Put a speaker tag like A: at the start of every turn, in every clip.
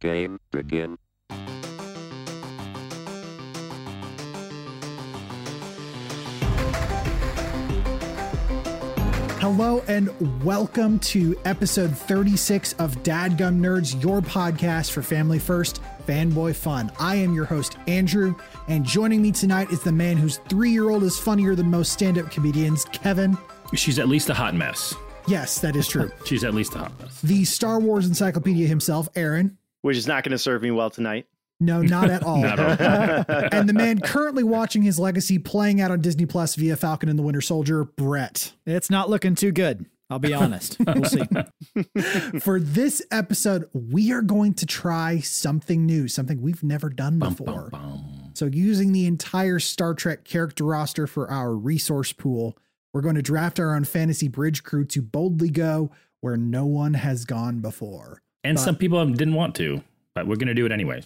A: Game begin.
B: Hello and welcome to episode 36 of Dadgum Nerds, your podcast for family first fanboy fun. I am your host, Andrew, and joining me tonight is the man whose three year old is funnier than most stand up comedians, Kevin.
C: She's at least a hot mess.
B: Yes, that is true.
C: She's at least a hot mess.
B: The Star Wars Encyclopedia himself, Aaron.
D: which is not going to serve me well tonight.
B: No, not at all.
C: Not at all.
B: and the man currently watching his legacy playing out on Disney Plus via Falcon and the Winter Soldier, Brett.
E: It's not looking too good. I'll be honest. We'll see.
B: For this episode, we are going to try something new, something we've never done
C: Bum,
B: before.
C: bum, bum.
B: So, using the entire Star Trek character roster for our resource pool, we're going to draft our own fantasy bridge crew to boldly go where no one has gone before.
C: And
B: But-
C: some people didn't want to, but we're going to do it anyway.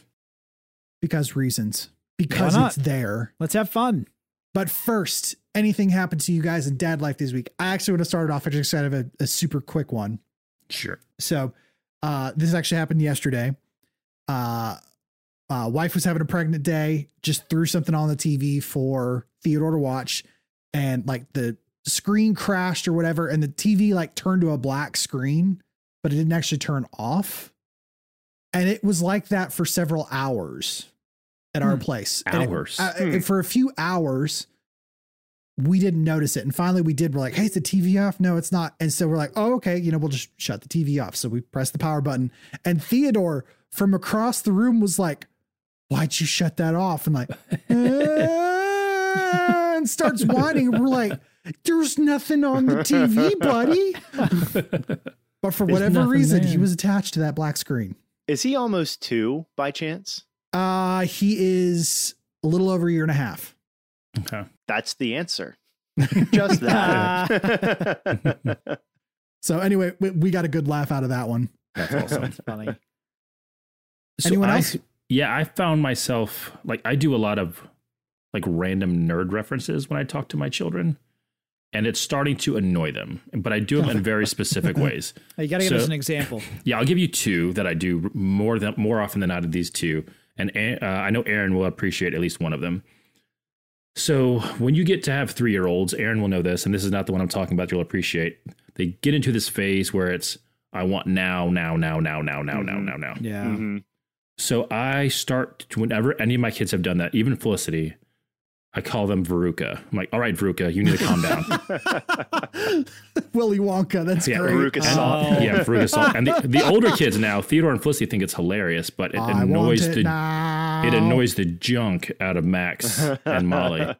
B: Because reasons, because
E: Why
B: it's
E: not?
B: there.
E: Let's have fun.
B: But first, anything happened to you guys in dad life this week? I actually want to start it off with just kind of a, a super quick one.
C: Sure.
B: So uh, this actually happened yesterday. Uh, uh, wife was having a pregnant day, just threw something on the TV for Theodore to watch, and like the screen crashed or whatever, and the TV like turned to a black screen, but it didn't actually turn off. And it was like that for several hours at our
C: Hmm.
B: place. And it-
C: Hours.
B: uh,
D: Hmm.
B: and for a few hours, we didn't notice it. And finally we did. We're like, hey, is the TV off? No, it's not. And so we're like, oh, okay, you know, we'll just shut the TV off. So we pressed the power button. And Theodore from across the room was like, why'd you shut that off? And like, "Eh," and starts whining. We're like, there's nothing on the TV, buddy. But for
C: There's
B: whatever
C: nothing
B: reason, he
C: there.
B: was attached to that black screen.
D: Is he almost two by chance?
B: Uh, he is a little over a year and a half.
C: Okay.
D: That's the answer. Just that.
B: So anyway, we, we got a good laugh out of that one.
C: That's awesome.
E: It's funny.
C: So
B: Anyone
C: I-
B: else?
C: yeah, I found myself like I do a lot of like random nerd references when I talk to my children, and it's starting to annoy them. But I do them in very specific ways.
E: You got to give
C: So-
E: us an example.
C: Yeah, I'll give you two that I do more than more often than not of these two, and uh, I know Aaron will appreciate at least one of them. So when you get to have three year olds, Aaron will know this, and this is not the one I'm talking about. You'll appreciate they get into this phase where it's I want now, now, now, now, now, now, now,
B: Mm-hmm.
D: Mhm.
C: now, now.
E: Yeah.
D: Mhm.
C: So I start to- whenever any of my kids have done that, even Felicity, I call them Veruca. I'm like, all right, Veruca, you need to calm down.
B: Oh. Willy Wonka. That's
C: Yeah,
B: great.
D: Veruca
B: Uh,
D: Salt.
E: Oh.
C: yeah, Veruca Salt. And the, the older kids now, Theodore and Felicity think it's hilarious, but it
B: I
C: annoys
B: want it
C: the
B: now.
C: It annoys the junk out of Max and Molly.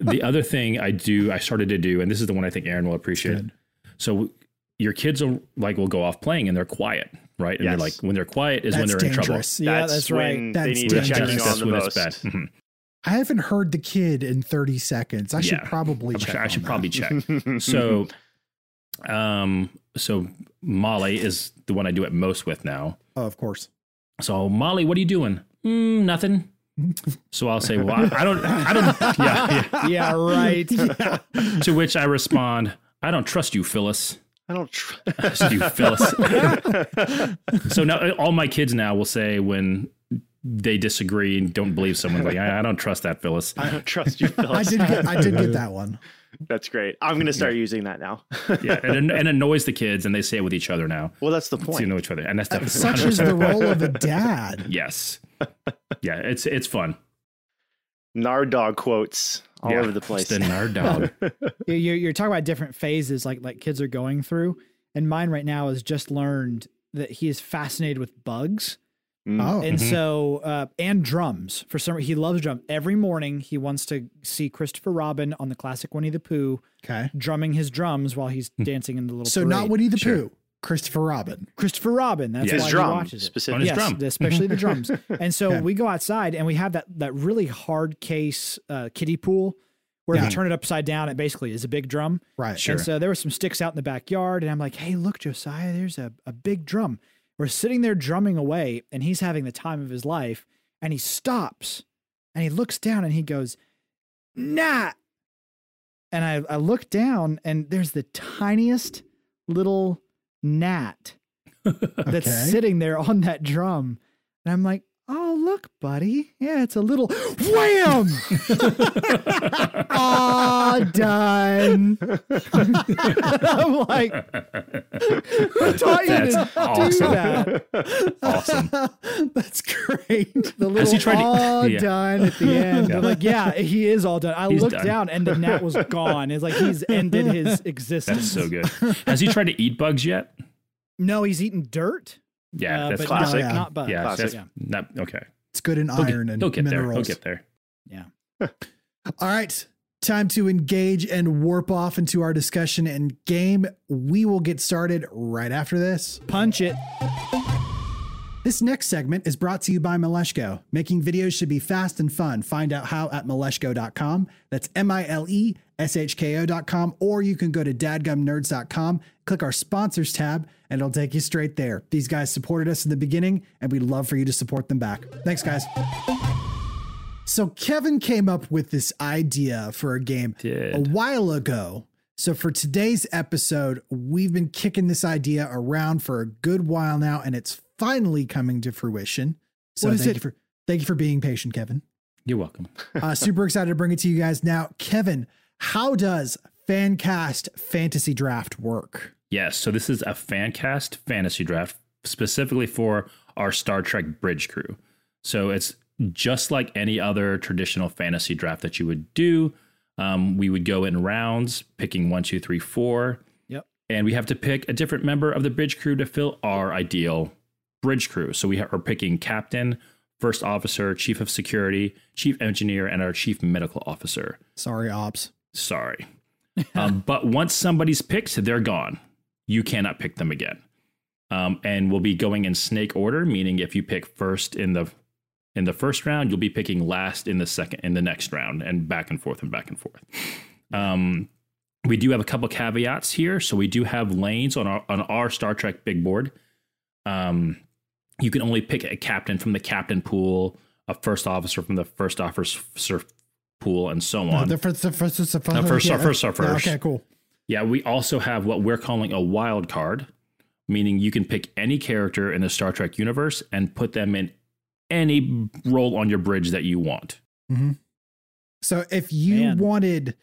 C: the other thing I do, I started to do, and this is the one I think Aaron will appreciate.
B: Good.
C: So your kids will like will go off playing and they're quiet, right? And they're
D: Yes.
C: like when they're quiet is when
B: That's
C: they're
B: dangerous.
E: Yeah, that's, right.
D: when
B: That's
D: they need
C: in trouble.
D: to
B: dangerous. Mm-hmm.
D: check
B: Checking
D: in
C: That's
D: on the
C: when
D: most.
C: it's bad. Mhm.
B: I haven't heard the kid in 30 seconds. I should
C: Yeah.
B: probably
C: I
B: check.
C: should- I
B: on
C: should
B: that.
C: probably check. so um so Molly is the one I do it most with now.
B: Oh, of course.
C: So Molly, what are you doing? Mm, nothing. So I'll say, well, I, I don't, I don't, yeah, yeah.
E: yeah, right.
C: To which I respond, I don't trust you, Phyllis.
D: I don't. Tr-
C: Trust you, Phyllis. so now all my kids now will say when they disagree and don't believe someone, like, I, I don't trust that, Phyllis.
D: I don't trust you,
B: I
D: Phyllis.
B: did get, I did get that one.
D: That's great. I'm going to start using that now.
C: Yeah. And, it- and it annoys the kids and they say it with each other now.
D: well, that's the
C: So you
D: point.
C: know each other. And that's definitely
B: Such is the role of a dad.
C: Yes. Yeah. It's, it's fun.
D: Nard dog quotes all
C: Yeah,
D: over the
C: It's
D: place.
C: the nerd dog.
E: You- You're, you're talking about different phases like, like kids are going through. And mine right now has just learned that he is fascinated with bugs.
D: Mm.
B: Oh,
E: And so, uh, and drums. For some reason, he loves drum. Every morning, he wants to see Christopher Robin on the classic Winnie the Pooh
B: okay.
E: drumming his drums while he's dancing in the little
B: So
E: parade.
B: not Winnie the
C: Sure.
B: Pooh, Christopher Robin.
E: Christopher Robin. That's
C: Yeah.
E: why
D: His
E: he
D: drum
E: watches it.
C: On
D: specifically.
C: his drum.
E: especially the drums. And so
B: Yeah.
E: we go outside and we have that that really hard case uh, kiddie pool where
B: Yeah.
E: if you turn it upside down, it basically is a big drum.
B: Right.
E: And so there were some sticks out in the backyard, and I'm like, "Hey, look, Josiah, there's a, a big drum." We're sitting there drumming away, and he's having the time of his life. And he stops, and he looks down, and he goes, "Nah." And I, I look down, and there's the tiniest little gnat that's
B: Okay.
E: sitting there on that drum. And I'm like, oh, look, buddy. Yeah, it's a little wham. Ah, done. I'm like, who taught you
C: That's
E: to do
C: awesome.
E: that?
C: awesome.
B: That's great.
E: The
C: As
E: little
C: he tried to-
E: all
C: yeah.
E: done at the end.
C: Yeah.
E: I'm like, yeah, he is all done. I
C: He's
E: looked
C: done.
E: down and the gnat was gone. It's like he's ended his
C: That's
E: existence.
C: so good. Has he tried to eat bugs yet?
E: No, he's eating dirt.
C: Yeah,
E: uh,
C: that's
E: but
D: classic.
E: Not, not bugs.
C: Yeah,
D: Classic.
C: that's
E: Yeah.
C: not okay.
B: It's good in
C: He'll get-
B: iron and
C: he'll get there. He'll
B: minerals.
C: get there.
B: All right. Time to engage and warp off into our discussion and game. We will get started right after this.
E: Punch it.
B: This next segment is brought to you by Mileshko. Making videos should be fast and fun. Find out how at mileshko.com. That's M I L E S H K O.com. Or you can go to dadgumnerds.com, click our sponsors tab, and it'll take you straight there. These guys supported us in the beginning, and we'd love for you to support them back. Thanks, guys. So, Kevin came up with this idea for a game a
C: Did
B: while ago. So for today's episode, we've been kicking this idea around for a good while now, and it's finally coming to fruition. So
E: What is
B: thank
E: it?
B: you for thank you for being patient, Kevin.
C: you're welcome.
B: Uh, super excited to bring it to you guys now. Kevin, how does Fancast Fantasy Draft work?
C: Yes. So this is a fan cast fantasy draft specifically for our Star Trek bridge crew. So it's just like any other traditional fantasy draft that you would do. Um, we would go in rounds, picking one, two, three, four.
E: Yep.
C: And we have to pick a different member of the bridge crew to fill our ideal bridge crew. So we are picking captain, first officer, chief of security, chief engineer, and our chief medical officer.
B: Sorry, Ops.
C: Sorry. um, but once somebody's picked, they're gone. You cannot pick them again. Um, and we'll be going in snake order, meaning if you pick first in the in the first round, you'll be picking last in the second in the next round, and back and forth and back and forth. Um, we do have a couple caveats here, so we do have lanes on our on our Star Trek big board. Um, you can only pick a captain from the captain pool, a first officer from the first officer pool, and so on.
B: The first, the first, the first,
C: No, first,
B: yeah,
C: our first, our
B: yeah,
C: first.
B: Okay, cool.
C: Yeah, we also have what we're calling a wild card, meaning you can pick any character in the Star Trek universe and put them in any role on your bridge that you want.
B: So if you
E: Man.
B: wanted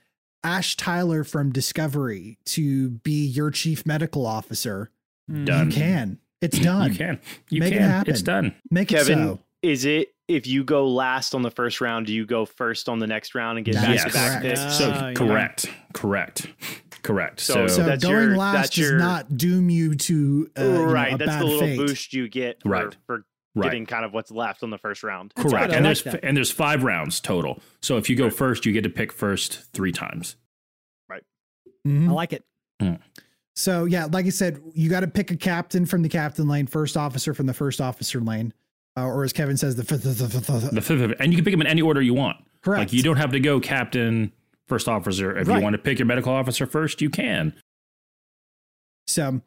B: Ash Tyler from Discovery to be your chief medical officer,
C: Mm-hmm. Done.
B: you can. It's done.
C: You can. You
B: Make it
C: can.
B: happen.
C: It's done.
B: Make it
D: Kevin,
B: so.
D: Is it if you go last on the first round, do you go first on the next round and get
B: That
D: back
B: is
D: to back
B: correct.
D: picks?
E: Ah,
C: So
E: yeah.
C: correct. Correct. Correct. So,
D: So-
B: So
D: Oh, that's
B: going
D: your-
B: last
D: that's
B: does
D: your-
B: not doom you to uh, you know,
D: right,
B: a
D: that's
B: bad
D: the little
B: fate.
D: boost you get for,
C: Right.
D: for
C: right.
D: getting kind of what's left on the first round.
E: That's
C: correct.
E: good. I
C: And
E: like
C: there's
E: that.
C: and there's five rounds total. So if you go first, you get to pick first three times.
B: Mhm.
E: I like it.
B: So yeah, like I said, you got to pick a captain from the captain lane, first officer from the first officer lane, uh, or as Kevin says, the fifth, fifth, fifth, fifth-
C: The fifth, and you can pick them in any order you want.
B: correct.
C: Like you don't have to go captain, first officer. If you
E: Right.
C: want to pick your medical officer first, you can.
B: So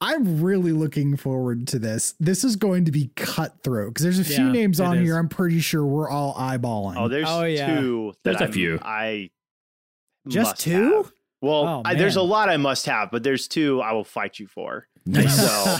B: I'm really looking forward to this. This is going to be cutthroat because there's a few
E: Yeah,
B: names
E: it
B: on
E: is.
B: here. I'm pretty sure we're all eyeballing.
D: Oh, there's
E: Oh, yeah.
D: two. That
C: There's a
D: I'm-
C: few.
D: I
E: Just
D: must
E: two?
D: have. Well,
E: Oh,
D: I, there's a
E: man.
D: lot I must have, but there's two I will fight you for.
C: Nice.
D: So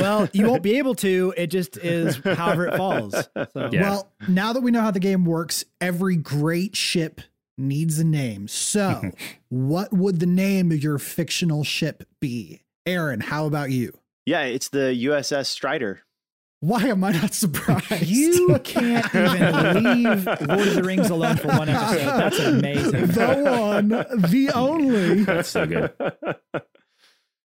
E: well, you won't be able to. It just is however it falls. So,
C: Yeah.
B: Well, now that we know how the game works, every great ship needs a name. So, what would the name of your fictional ship be? Aaron, how about you?
D: yeah, it's the USS Strider.
B: Why am I not surprised?
E: You can't even leave Lord of the Rings alone for one episode. That's amazing.
B: the one, the only.
C: That's so good.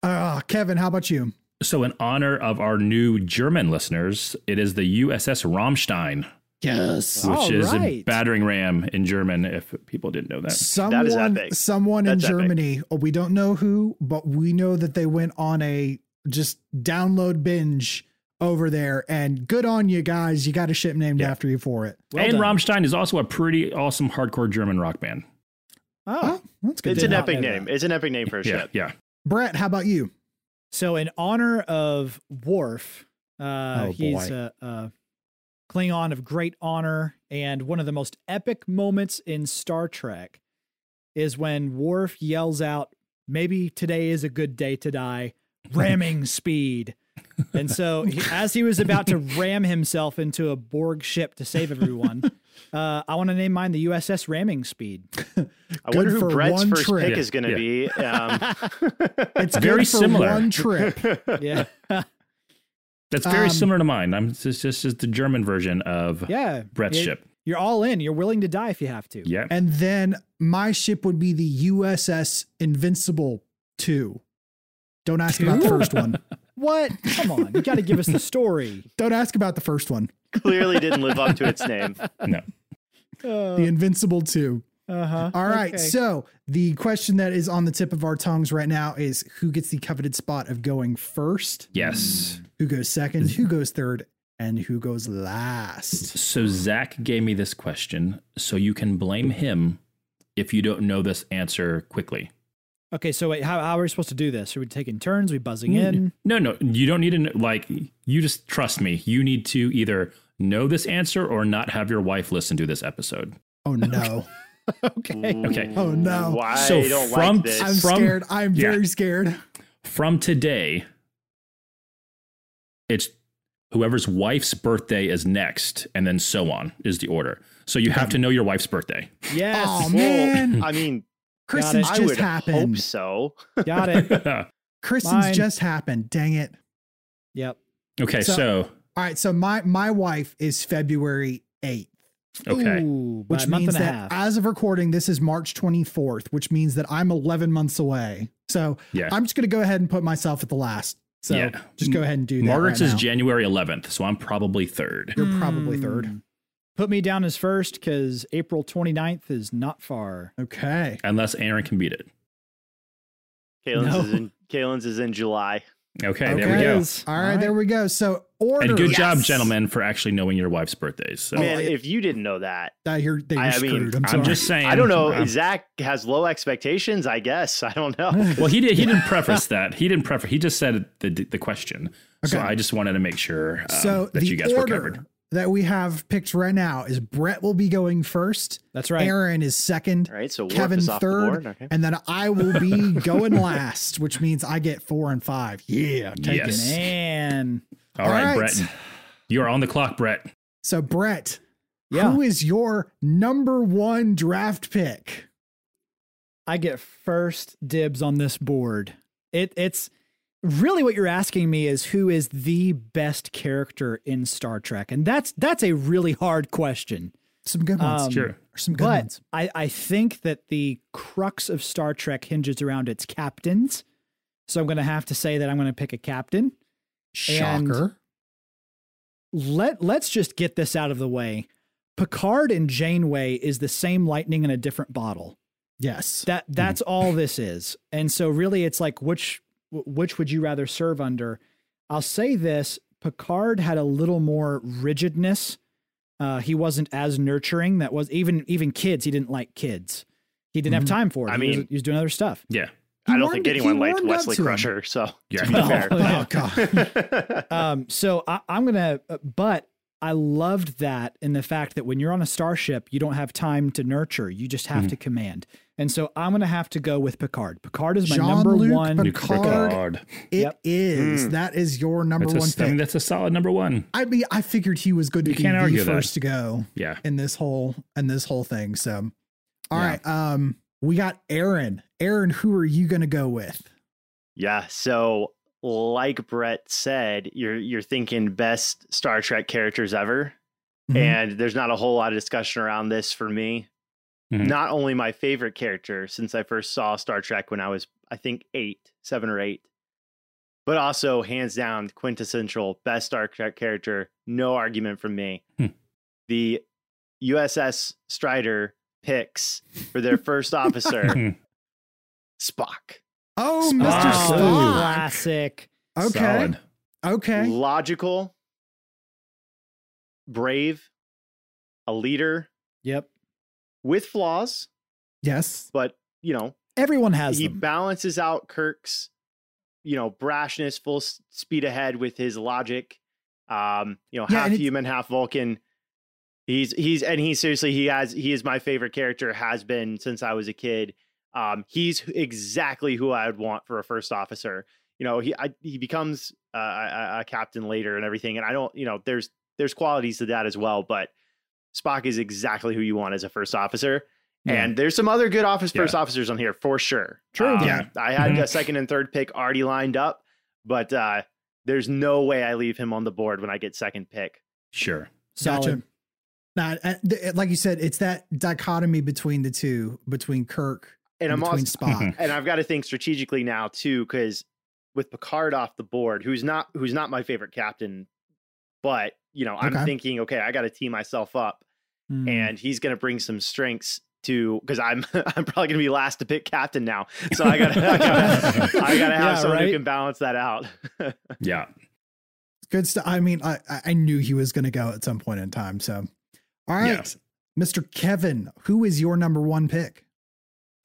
B: Uh, Kevin, how about you?
C: So, in honor of our new German listeners, it is the USS Rammstein,
B: Yes.
C: which
E: All
C: is a
E: right.
C: battering ram in German, if people didn't know that.
B: Someone,
D: epic.
B: someone in
D: That's epic.
B: Germany. oh, We don't know who, but we know that they went on a just download binge over there. And good on you guys. You got a ship named
C: Yeah.
B: after you for it.
E: Well
C: and
E: done.
C: Rammstein is also a pretty awesome hardcore German rock band.
E: Oh.
B: that's
D: It's
E: to
D: an
E: know.
D: epic
E: Not know
D: name.
E: that.
D: It's an epic name for a
C: yeah,
D: ship.
C: yeah.
B: Brett, how about you?
E: So in honor of Worf, uh,
B: Oh,
E: he's a, a Klingon of great honor, and one of the most epic moments in Star Trek is when Worf yells out, "Maybe today is a good day to die." Ramming speed, And so, he, as he was about to ram himself into a Borg ship to save everyone, uh, I want to name mine the USS Ramming Speed.
D: I
B: Good
D: wonder
B: for
D: who Brett's
B: one
D: first
B: trick.
D: pick
C: Yeah,
D: is going to
C: yeah.
D: be. Um,
B: It's
C: Very
B: good for
C: similar.
B: One trip.
E: Yeah.
C: That's very
B: Um,
C: similar to mine. I'm it's just, it's just the German version of
E: Yeah.
C: Brett's
E: You're-
C: ship.
E: You're all in. You're willing to die if you have to.
C: Yeah.
B: And then my ship would be the USS Invincible 2. Don't ask about the
E: Two?
B: first one.
E: What? Come on. You got to give us the story.
B: Don't ask about the first one.
D: clearly didn't live up to its name.
C: No.
B: The Invincible 2.
E: Uh, uh-huh.
B: All right.
E: Oh. Okay.
B: So the question that is on the tip of our tongues right now is who gets the coveted spot of going first?
C: Yes.
B: Who goes second? Who goes third? And who goes last?
C: So Zach gave me this question, so you can blame him if you don't know this answer quickly.
E: Okay, so wait, how, how are we supposed to do this? Are we taking turns? Are we buzzing
B: Hmm.
E: in?
C: No, no, you don't need to know, like. You just trust me. You need to either know this answer or not have your wife listen to this episode.
B: Oh no.
E: Okay.
C: Okay.
B: Oh, no.
D: Why
C: So
D: I don't
C: from-
D: like this.
B: I'm
C: From-
B: scared. I'm
C: Yeah.
B: very scared.
C: From today, it's whoever's wife's birthday is next, and then so on is the order. So you have to know your wife's birthday.
E: Yes.
B: Oh
D: Well,
B: man.
D: I mean,
B: Kristen's
E: it.
D: I
B: just
D: would hope
B: happened.
D: so.
E: Got it.
B: Kristen's
E: Mine.
B: just happened. Dang it.
E: Yep.
C: okay,
B: So-
C: so
B: All right. So my my wife is February 8th.
C: okay.
E: Ooh, by
B: Which
E: a month
B: means
E: and a
B: that
E: half.
B: as of recording, this is March 24th, which means that I'm 11 months away. So
C: Yeah.
B: I'm just going to go ahead and put myself at the last. So
C: Yeah.
B: just go ahead and do that.
C: Margaret's
B: right
C: is
B: now.
C: January 11th, so I'm probably third.
B: You're probably third.
E: Hmm. Put me down as first because April 29th is not far.
B: Okay.
C: Unless Aaron can beat it.
D: Kalen's,
E: No.
D: is in, Kalen's is in July.
C: Okay, there
B: Okay.
C: we go.
E: Yes.
B: All right, There we go. So order.
C: And good job,
B: Yes.
C: gentlemen, for actually knowing your wife's birthdays. So
D: Man,
B: I-
D: if you didn't know that,
B: I hear that you're
D: I mean,
B: screwed. I'm,
C: I'm
B: sorry.
C: just saying.
D: I don't know.
C: I'm-
D: Zach has low expectations, I guess. I don't know.
C: well, he did. He didn't preface that. He didn't preface. He just said the the question. So
B: Okay.
C: I just wanted to make sure um,
B: so
C: that
B: the
C: you guys were
B: order
C: covered.
B: that we have picked right now is Brett will be going first.
E: That's right.
B: Aaron is second.
D: All right. So Worf
B: Kevin
D: is off
B: third,
D: the board. Okay.
B: and then I will be going last, which means I get four and five. Yeah, take
C: Yes.
B: it.
E: Man.
C: All
B: All right.
C: right, Brett, you are on the clock, Brett.
B: So Brett,
E: Yeah.
B: who is your number one draft pick?
E: I get first dibs on this board. It it's really what you're asking me is who is the best character in Star Trek? And that's that's a really hard question.
B: Some good ones.
E: Um,
C: Sure.
B: Some good
E: But
B: ones.
E: I, I think that the crux of Star Trek hinges around its captains. So I'm gonna have to say that I'm gonna pick a captain. and-
B: Shocker.
E: Let let's just get this out of the way. Picard and Janeway is the same lightning in a different bottle.
B: yes.
E: That that's all this is. And so really it's like which wh- which would you rather serve under? I'll say this, Picard had a little more rigidness. Uh he wasn't as nurturing. That was even even kids, he didn't like kids. He didn't
B: Mhm.
E: have time for it.
D: I
E: he was,
D: mean-
E: he was doing other stuff.
C: Yeah.
B: He
D: I don't
B: warmed-
D: think
B: he
D: anyone liked
B: warmed up
D: Wesley
B: to him.
D: Crusher. So
C: Yeah.
D: to be fair.
B: Oh god.
E: Um, so I, I'm gonna, uh, but I loved that in the fact that when you're on a starship, you don't have time to nurture; you just have to command. And so I'm gonna have to go with Picard. Picard is my number
B: Jean-Luc
E: one.
B: Picard.
C: Luke Picard.
B: It is.
E: Yep.
D: Mm.
B: That is your number
C: That's Hmm. a,
B: one
C: I mean,
B: pick.
C: that's a solid number one.
B: I mean, I figured he was going to
C: You
B: be
C: can't
B: the
C: argue that.
B: first to go
C: Yeah.
B: in this whole in this whole thing. So, all
E: Yeah.
B: right. Um, we got Aaron. Aaron, who are you going to go with?
D: Yeah. So, like Brett said, you're you're thinking best Star Trek characters ever,
B: Mhm.
D: and there's not a whole lot of discussion around this for me.
C: Mhm.
D: Not only my favorite character since I first saw Star Trek when I was, I think eight, seven or eight, but also hands down quintessential best Star Trek character. No argument from me.
C: Hmm.
D: The USS Strider picks for their first officer Spock.
B: Oh,
C: Spock.
B: Mr.
E: Wow,
B: Spock.
E: classic.
B: Okay.
C: Solid.
B: Okay.
D: logical, brave, a leader
E: Yep.
D: with flaws,
B: Yes.
D: but you know,
E: Everyone has
D: he
E: them.
D: balances out Kirk's you know, brashness, full s- speed ahead with his logic. Um, you know,
B: Yeah,
D: half
B: and it's-
D: human, half Vulcan. He's he's and he seriously he has he is my favorite character has been since I was a kid. Um, he's who- exactly who I would want for a first officer. you know he I, he becomes uh, a, a captain later and everything and i don't you know there's there's qualities to that as well but spock is exactly who you want as a first officer
E: Yeah.
D: and there's some other good office
C: Yeah.
D: first officers on here for sure
E: True.
D: Um,
B: Yeah.
D: i had
C: Mhm.
D: a second and third pick already lined up but uh there's no way i leave him on the board when i get second pick
C: Sure.
E: Solid.
B: Gotcha. Now, uh, th- like you said, it's that dichotomy between the two, between Kirk
D: and
B: and,
D: i'm also
B: between Spock.
D: and I've got to think strategically now too, because with Picard off the board, who's not who's not my favorite captain, but you know, I'm
B: Okay.
D: thinking, okay, I got to tee myself up,
E: Mm.
D: and he's going to bring some strengths to because I'm I'm probably going to be last to pick captain now, so I got to I got to have
E: Yeah,
D: someone
E: right?
D: who can balance that out.
C: Yeah.
B: Good stuff. I mean, I I- I knew he was going to go at some point in time. So, all right,
C: Yeah.
B: Mr. Kevin, who is your number one pick?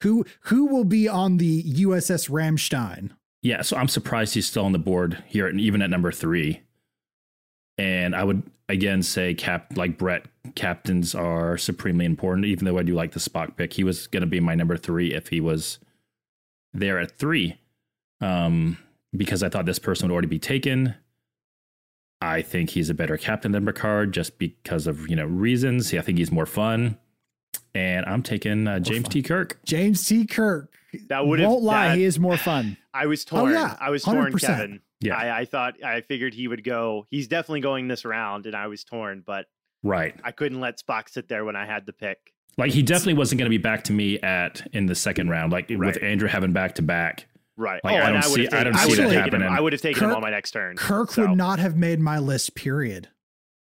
B: Who who will be on the USS Ramstein?
C: Yeah, so I'm surprised he's still on the board here, and even at number three. And I would again say, cap like Brett, captains are supremely important. Even though I do like the Spock pick, he was going to be my number three if he was there at three, um, because I thought this person would already be taken. I think he's a better captain than Picard just because of you know reasons. I think he's more fun, and I'm taking uh, James T. Kirk.
B: James T. Kirk.
D: That would have
E: Won't lie, he Oh, is more fun.
D: I was torn.
B: yeah,
D: I was torn,
B: 100%.
D: Kevin.
C: Yeah,
D: I, I thought I figured he would go. He's definitely going this round, and I was torn, but
C: right.
D: I couldn't let Spock sit there when I had the pick.
C: Like he definitely wasn't going to be back to me at in the second round. Like with
D: Right.
C: Andrew having back to back.
D: Right.
C: Like,
D: oh,
C: I
D: and
C: don't
D: I would
C: see-
D: have
C: I
D: taken,
C: don't
D: I
B: see
D: would have
B: that
D: taken him.
C: happening.
D: I would have taken him
B: Kirk-
D: on my next turn.
B: Kirk
D: So-
B: would not have made my list. Period.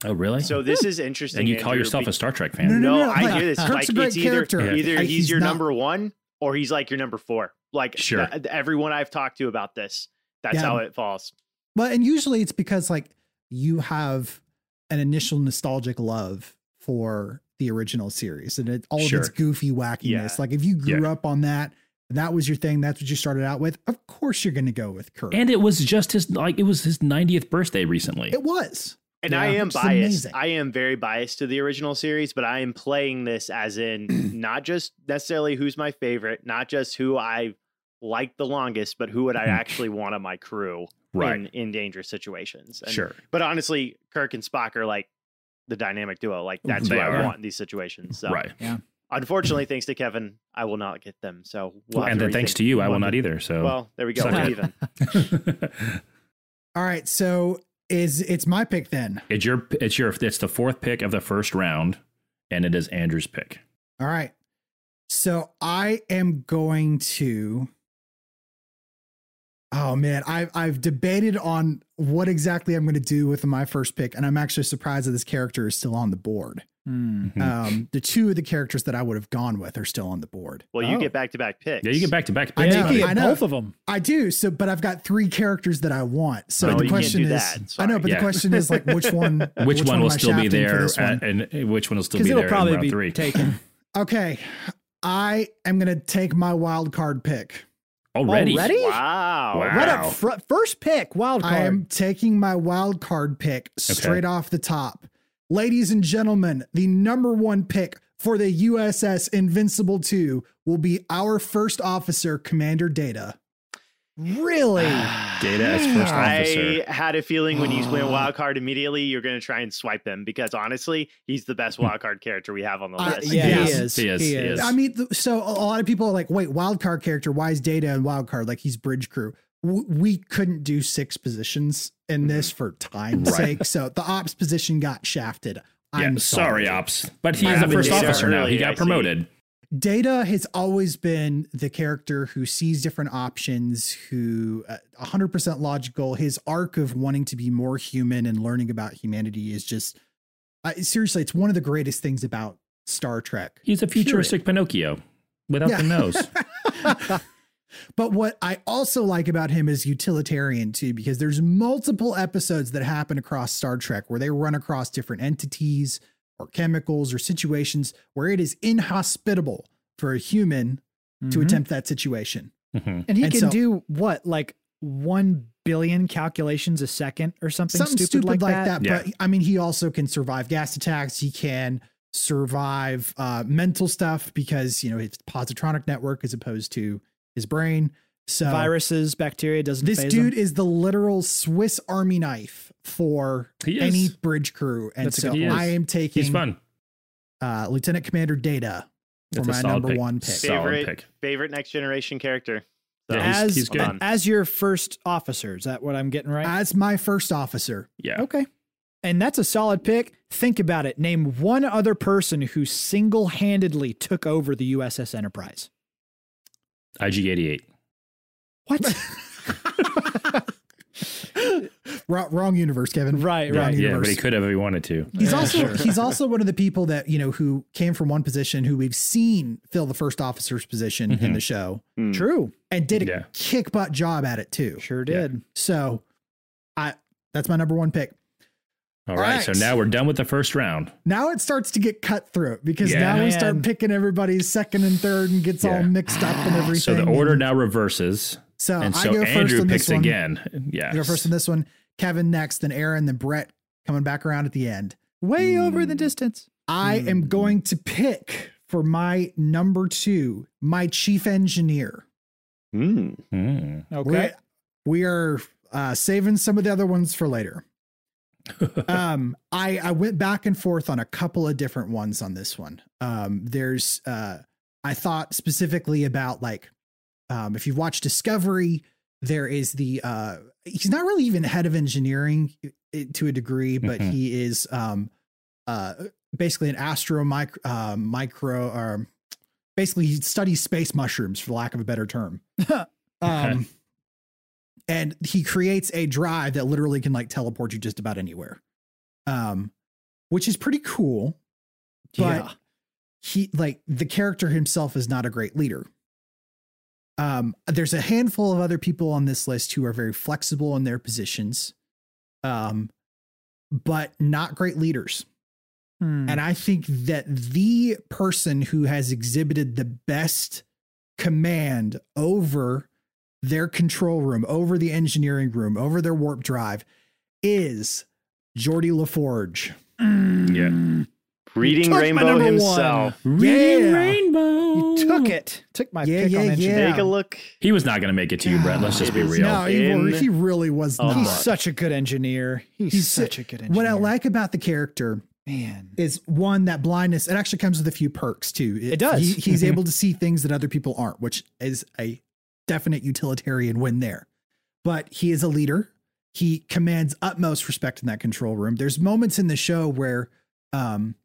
C: Oh, really?
D: So this is interesting.
C: and you call
D: Andrew,
C: yourself
D: be-
C: a Star Trek
B: No, no,
C: fan?
D: No,
B: no,
D: I
B: like,
D: hear this.
B: Kirk's
D: like,
B: a great
D: it's either,
B: character.
C: Yeah.
D: Either
B: I-
D: he's,
B: he's
D: your
B: not-
D: number one or he's like your number four. Like
C: Sure.
D: th- everyone I've talked to about this, that's
B: Yeah.
D: how it falls.
B: Well, and usually it's because like you have an initial nostalgic love for the original series and it all
C: Sure.
B: of its goofy wackiness.
D: Yeah.
B: Like if you grew
C: Yeah.
B: up on that, that was your thing, that's what you started out with. Of course you're gonna go with Kirk.
C: And it was just his like it was his 90th birthday recently.
B: it was.
D: And I
B: Yeah.
D: am
B: Which is
D: biased.
B: amazing.
D: I am very biased to the original series, but I am playing this as in not just necessarily who's my favorite, not just who I like the longest, but who would I
B: Mm-hmm.
C: Mhm.
D: actually want on my crew
C: right.
D: in, in dangerous situations. And-
C: sure.
D: But honestly, Kirk and Spock are like the dynamic duo. Like that's
C: Mm-hmm. They
D: what I
C: are.
D: want in these situations. So
C: right. Mm-hmm.
D: unfortunately, thanks to Kevin, I will not get them. So we'll have
C: and then thanks
D: rethink
C: to you, I will
D: one
C: not
D: bit.
C: either. So
D: Well, there we go.
C: Suck
D: We're
C: it.
D: even.
B: All right, so is it's my pick then.
C: it's your it's your it's the fourth pick of the first round, and it is Andrew's pick.
B: All right. So I am going to. Oh man, I've I've debated on what exactly I'm going to do with my first pick, and I'm actually surprised that this character is still on the board.
E: Mm.
C: Mhm.
B: Um, the two of the characters that I would have gone with are still on the board.
D: Well, you
E: Oh.
D: get back to back picks.
C: Yeah, you get back to back
B: I
C: picks.
B: know,
E: Take it,
B: I know.
E: both of them.
B: I do so, but I've got three characters that I want. So
D: No,
B: the
D: you can't
B: question
D: do
B: is,
D: that.
B: I know, but
C: Sorry.
B: the question is like which one?
D: Uh,
C: Which, one
B: am
C: will
B: I
C: still be
B: shafting for
C: there,
B: this one?
C: at- and which one will still
E: Because
C: be
E: it'll
C: there in
E: probably
C: round
E: be
C: three?
E: taken
B: Okay, I am going to take my wild card pick.
C: Already,
E: Already?
D: Wow.
C: Wow.
E: right up front. First pick, wild card.
B: I am taking my wild card pick straight off the top. Ladies and gentlemen, the number one pick for the USS Invincible 2 will be our first officer, Commander Data.
E: really.
C: Data as first officer.
D: I had a feeling when you went wild card immediately, you're going to try and swipe him because honestly, he's the
C: Hmm.
D: best wild card character we have on the
B: Uh,
D: list.
E: yeah,
B: Yeah.
E: he is.
C: He is, he is.
B: I mean, th- so a lot of people are like, wait, wild card character, why is Data and wild card? Like he's bridge crew. W- We couldn't do six positions in this for time's
C: Mm-hmm. Right.
B: sake. So the ops position got shafted.
C: Yeah,
B: I'm
C: sorry, ops, but he's
B: Yeah,
C: the
B: but
C: first
B: Data
C: officer now.
D: early,
C: He
D: I
C: got
D: see.
C: promoted.
B: Data has always been the character who sees different options, who uh, 100% logical. His arc of wanting to be more human and learning about humanity is just uh, seriously, it's one of the greatest things about Star Trek.
C: He's a futuristic Pinocchio without
B: Yeah.
C: the nose.
B: But what I also like about him is utilitarian too, because there's multiple episodes that happen across Star Trek where they run across different entities or chemicals or situations where it is inhospitable for a human to
E: Mhm.
B: attempt that situation.
C: Mhm.
E: And
B: Mm-hmm.
E: he
B: And
E: can
B: so-
E: do what, like one billion calculations a second or something,
B: something stupid, like, that.
C: Yeah.
B: But I mean, he also can survive gas attacks. He can survive uh, mental stuff because you know his positronic network as opposed to his brain. So
E: Viruses, bacteria doesn't.
B: this
E: faze 'em.
B: dude is the literal Swiss Army knife for
C: He is.
B: any bridge crew, and
E: That's a
B: so
E: good
C: point.
B: I am taking
C: He's fun.
B: Uh, Lieutenant Commander Data for
C: That's a
B: my
C: solid
B: number
C: pick.
B: one pick.
C: Solid
D: Favorite
C: pick.
D: Favorite next generation character.
C: Yeah, he's-
E: as
C: he's good.
E: and as your first officer. Is that what I'm getting right?
B: As my first officer,
C: Yeah.
E: Okay. And that's a solid pick. Think about it. Name one other person who single handedly took over the USS Enterprise.
C: IG 88.
E: What?
B: Wrong- wrong universe, Kevin.
E: right,
B: Yeah,
E: right.
B: yeah.
C: Yeah, but
B: Universe.
C: he could have if he wanted to.
B: He's
E: Yeah,
B: also
E: sure.
B: he's also one of the people that you know who came from one position who we've seen fill the first officer's position in
C: Mhm.
B: the show
D: Hmm.
E: True.
B: and did a
C: Yeah.
B: kick butt job at it too.
E: Sure
C: Yeah.
E: did.
B: So, I that's my number one pick.
C: All
B: All
C: right,
B: right.
C: So now we're done with the first round.
B: Now it starts to get cutthroat because
C: Yeah.
B: now we
E: Man.
B: start picking everybody's second and third and gets all
C: Yeah.
B: mixed up and everything.
C: So the order
B: And
C: now reverses.
B: So
C: and
B: I
C: so
B: go first
C: Andrew
B: on
C: picks
B: this one.
C: again. Yeah.
B: I go first on this one. Kevin next, then Aaron, then Brett coming back around at the end.
E: Way over in the distance.
B: I am going to pick for my number two, my chief engineer.
D: Hmm.
C: Hmm.
E: Okay.
B: We, we are uh, saving some of the other ones for later. um, I, I went back and forth on a couple of different ones on this one. Um, there's, uh, I thought specifically about like, um, if you've watched Discovery, there is the, uh, he's not really even head of engineering i- to a degree, but
C: Mhm.
B: he is, um, uh, basically an astro micro, uh, micro, or basically he studies space mushrooms for lack of a better term. um, and he creates a drive that literally can like teleport you just about anywhere. Um, which is pretty cool.
E: yeah.
B: He like the character himself is not a great leader. Um, there's a handful of other people on this list who are very flexible in their positions, um, but not great leaders.
E: Hmm.
B: And I think that the person who has exhibited the best command over their control room, over the engineering room, over their warp drive is Jordi LaForge.
C: Yeah.
D: Reading
E: took my
D: Rainbow
E: number one.
D: himself.
B: Reading
C: rainbow.
E: You took it. Took my
B: Yeah,
E: pick
B: yeah,
E: on engineering.
B: yeah.
D: Take a look.
C: He was not going to make it to you, Brett. Let's just be
D: It is
C: real.
B: No, he,
D: In-
B: he really was
D: Oh,
E: He's
D: Fuck.
B: not.
E: such a good engineer. He's,
B: He's su-
E: such a good engineer.
B: What I like about the character
E: man.
B: is one that blindness. It actually comes with a few perks too.
E: It does.
B: He, he's able to see things that other people aren't, which is a definite utilitarian win there. But he is a leader. He commands utmost respect in that control room. There's moments in the show where um,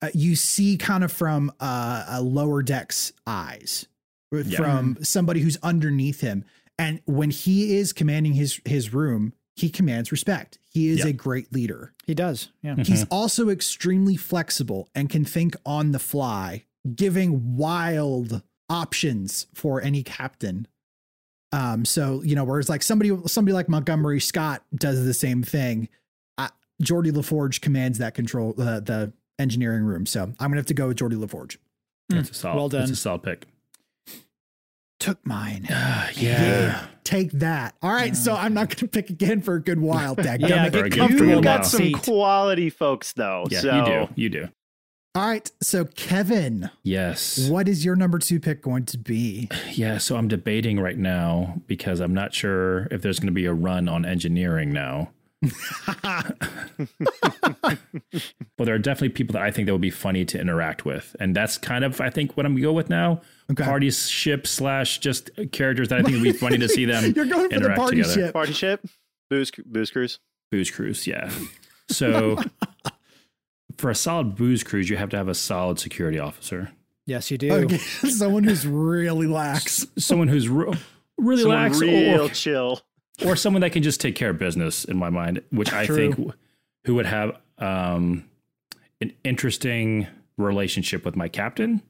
B: uh, you see kind of from uh, a lower deck's eyes, or
C: Yeah.
B: from
E: Mm-hmm.
B: somebody who's underneath him. And when he is commanding his his room, he commands respect. He is
C: Yeah.
B: a great leader.
E: He does. Yeah.
B: He's also extremely flexible and can think on the fly, giving wild options for any captain. Um, so you know, whereas like somebody somebody like Montgomery Scott does the same thing. I, Jordy LaForge commands that control uh, the engineering room. So I'm gonna have to go with Jordy LaForge.
C: That's a solid.
E: Well
C: That's
E: done.
C: a solid pick.
E: Took mine.
C: Ah,
B: Take that. All right, so I'm not gonna pick again for a good while. Dadgummit.
E: Yeah,
C: Very good.
E: get comfortable
C: You've
E: in
D: You
E: that
D: got
C: Wow.
D: some
E: seat.
D: quality folks though.
C: Yeah,
D: so
C: you do. You do.
B: All right, so Kevin,
C: Yes.
B: what is your number two pick going to be?
C: Yeah. So I'm debating right now because I'm not sure if there's going to be a run on engineering now. Well, there are definitely people that I think that would be funny to interact with, and that's kind of I think what I'm going to go with now.
B: Okay.
C: Party ship slash just characters that I think would be funny to see them.
B: You're going for the
C: interact
B: party
C: together.
B: ship.
D: Party ship. Booze, booze cruise.
C: Booze cruise, yeah. So for a solid booze cruise, you have to have a solid security officer,
E: Yes, you do.
B: Okay. Someone who's really lax.
C: someone who's real, really
D: Someone
C: lax,
D: real
C: or,
D: chill.
C: or someone that can just take care of business. In my mind, which I
E: True.
C: think w- who would have um, an interesting relationship with my captain.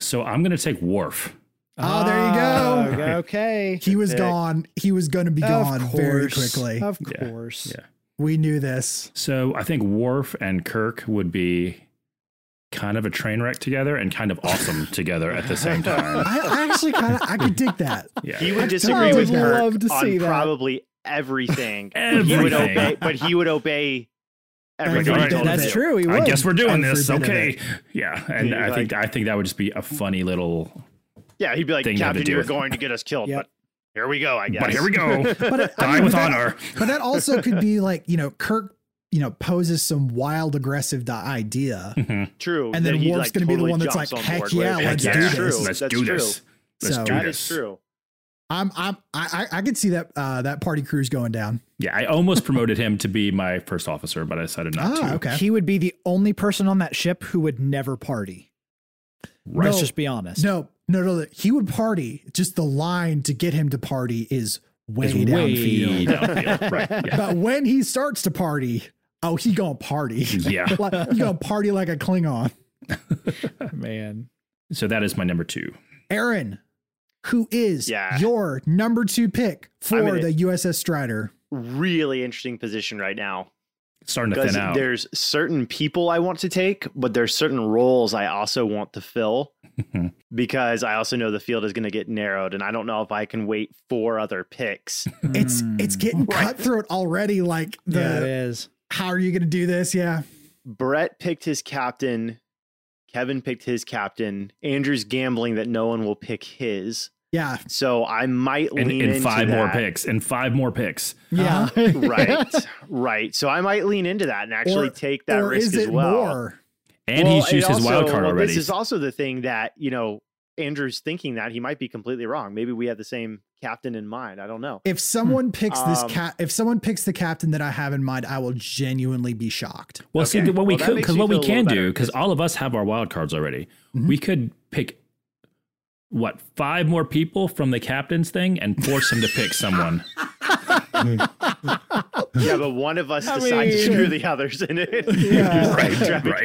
C: So I'm going to take Worf.
B: Oh, there you go.
E: Ah, Okay.
B: He was
D: pick.
B: gone. He was going to be gone
E: of course,
B: very quickly.
E: Of
C: Yeah,
E: course.
C: yeah.
B: We knew this.
C: So I think Worf and Kirk would be kind of a train wreck together and kind of awesome together at the same time.
B: I, I actually kind of I could dig that.
C: Yeah.
D: He
B: I
D: would disagree
B: totally
D: with Kirk
E: love to
D: on
E: see that.
D: probably everything. He would
C: Everything.
D: obey, but he would obey
B: Every
D: everything.
C: bit
D: he
C: of
D: told
C: it.
D: him
E: That's
D: to.
E: true. He would.
C: I guess we're doing
B: And for
C: this.
B: a bit of
C: Okay. Yeah. And
D: You're
C: I think I think that would just be a funny little
D: Yeah, he'd be like,
C: Thing had to
D: Captain,
C: do
D: you were
C: with it.
D: going to get us killed,
E: Yep.
D: but Here we go, I guess.
C: But here we go.
B: But it- I
C: Die
B: mean,
C: with
B: that-
C: honor.
B: but that also could be like you know Kirk you know poses some wild aggressive di- idea
C: Mhm.
D: True.
B: And then
D: that he,
B: Worf's gonna be the one that's
D: jumps
B: like,
D: on
B: heck
D: board
B: yeah,
D: with.
B: let's
C: Heck
B: do
C: yeah.
B: this.
D: True.
C: Let's
D: That's
C: do
D: true.
C: this. Let's
B: So-
C: do
B: That
D: That is
C: this.
D: true.
B: I'm I'm I I I could see that uh that party cruise going down
C: Yeah, I almost promoted him to be my first officer, but I decided not
B: ah
C: to.
B: okay
E: He would be the only person on that ship who would never party.
C: Right.
E: Let's just be honest.
B: no no no no. he would party just the line to get him to party is way
C: It's way
B: downfield
C: downfield. Right. Yeah.
B: but when he starts to party oh he gonna party
C: yeah.
B: like, he gonna party like a Klingon
E: Man.
C: So that is my number two.
B: Aaron who is
D: Yeah.
B: your number two pick for
D: I'm in
B: the USS Strider
D: Really interesting position right now.
C: It's starting to
D: Because
C: thin out.
D: there's certain people I want to take, but there's certain roles I also want to fill
C: Mhm.
D: because I also know the field is going to get narrowed, and I don't know if I can wait four other picks.
B: it's
E: Mm.
B: it's getting
D: Right.
B: cutthroat already like the
E: yeah, it is.
B: how are you gonna do this yeah
D: Brett picked his captain. Kevin picked his captain. Andrew's gambling that no one will pick his.
B: Yeah.
D: So I might
C: and,
D: lean
C: and
D: into
C: five more
D: that.
C: picks. And five more picks.
B: Yeah.
D: right, right. So I might lean into that and actually
B: Or-
D: take that
B: or
D: risk
B: is
D: as
B: it
D: well.
B: more?
C: And
D: Well,
C: he's used
D: it
C: his wild
D: also-
C: card
D: well,
C: already.
D: This is also the thing that you know Andrew's thinking that he might be completely wrong. Maybe we have the same captain in mind. I don't know.
B: If someone picks this
D: Um,
B: cat, if someone picks the captain that I have in mind, I will genuinely be shocked.
C: Well, see,
D: Okay.
C: th- what we
D: Well, that
C: could,
D: makes
C: because
D: me
C: what we
D: feel a little
C: can do,
D: better, Mm-hmm.
C: because all of us have our wild cards already, we could pick what five more people from the captain's thing and force him to pick someone.
D: yeah, but one of us
E: I
D: decides to
E: mean-
D: screw the others in it.
E: Yeah.
C: Right,
D: Draft a
C: right.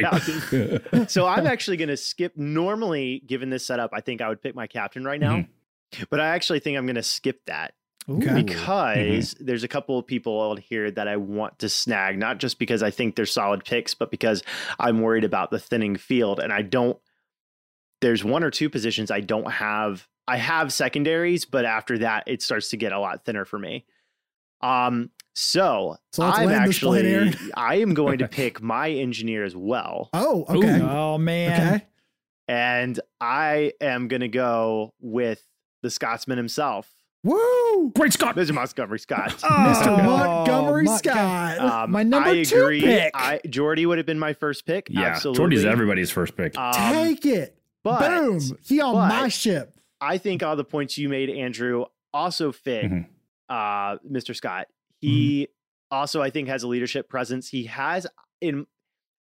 D: captain. so I'm actually going to skip. Normally, given this setup, I think I would pick my captain right now,
C: Mm-hmm.
D: but I actually think I'm going to skip that
B: Okay.
D: because there's a couple of people on here that I want to snag, not just because I think they're solid picks, but because I'm worried about the thinning field and I don't. There's one or two positions I don't have. I have secondaries, but after that, it starts to get a lot thinner for me. Um, so,
B: So let's
D: I'm
B: land this plane,
D: actually
B: Aaron.
D: I am going to pick my engineer as well,
B: Oh, okay.
C: Ooh.
E: Oh man.
B: Okay.
D: and I am going to go with the Scotsman himself,
B: Woo!
C: Great Scott!
D: Mr. Montgomery Scott.
B: Mr.
E: Oh,
B: Montgomery
E: Montgo-
B: Scott.
E: My number
D: Um, I
E: two
D: agree.
E: pick.
D: I, Jordy would have been my first pick.
C: Yeah,
D: absolutely.
C: Jordy's everybody's first pick.
D: Um,
B: Take it.
D: but
B: Boom. He on
D: but-
B: my ship.
D: I think all the points you made, Andrew, also fit
C: Mhm.
D: uh, Mr. Scott. He also, I think, has a leadership presence. He has, in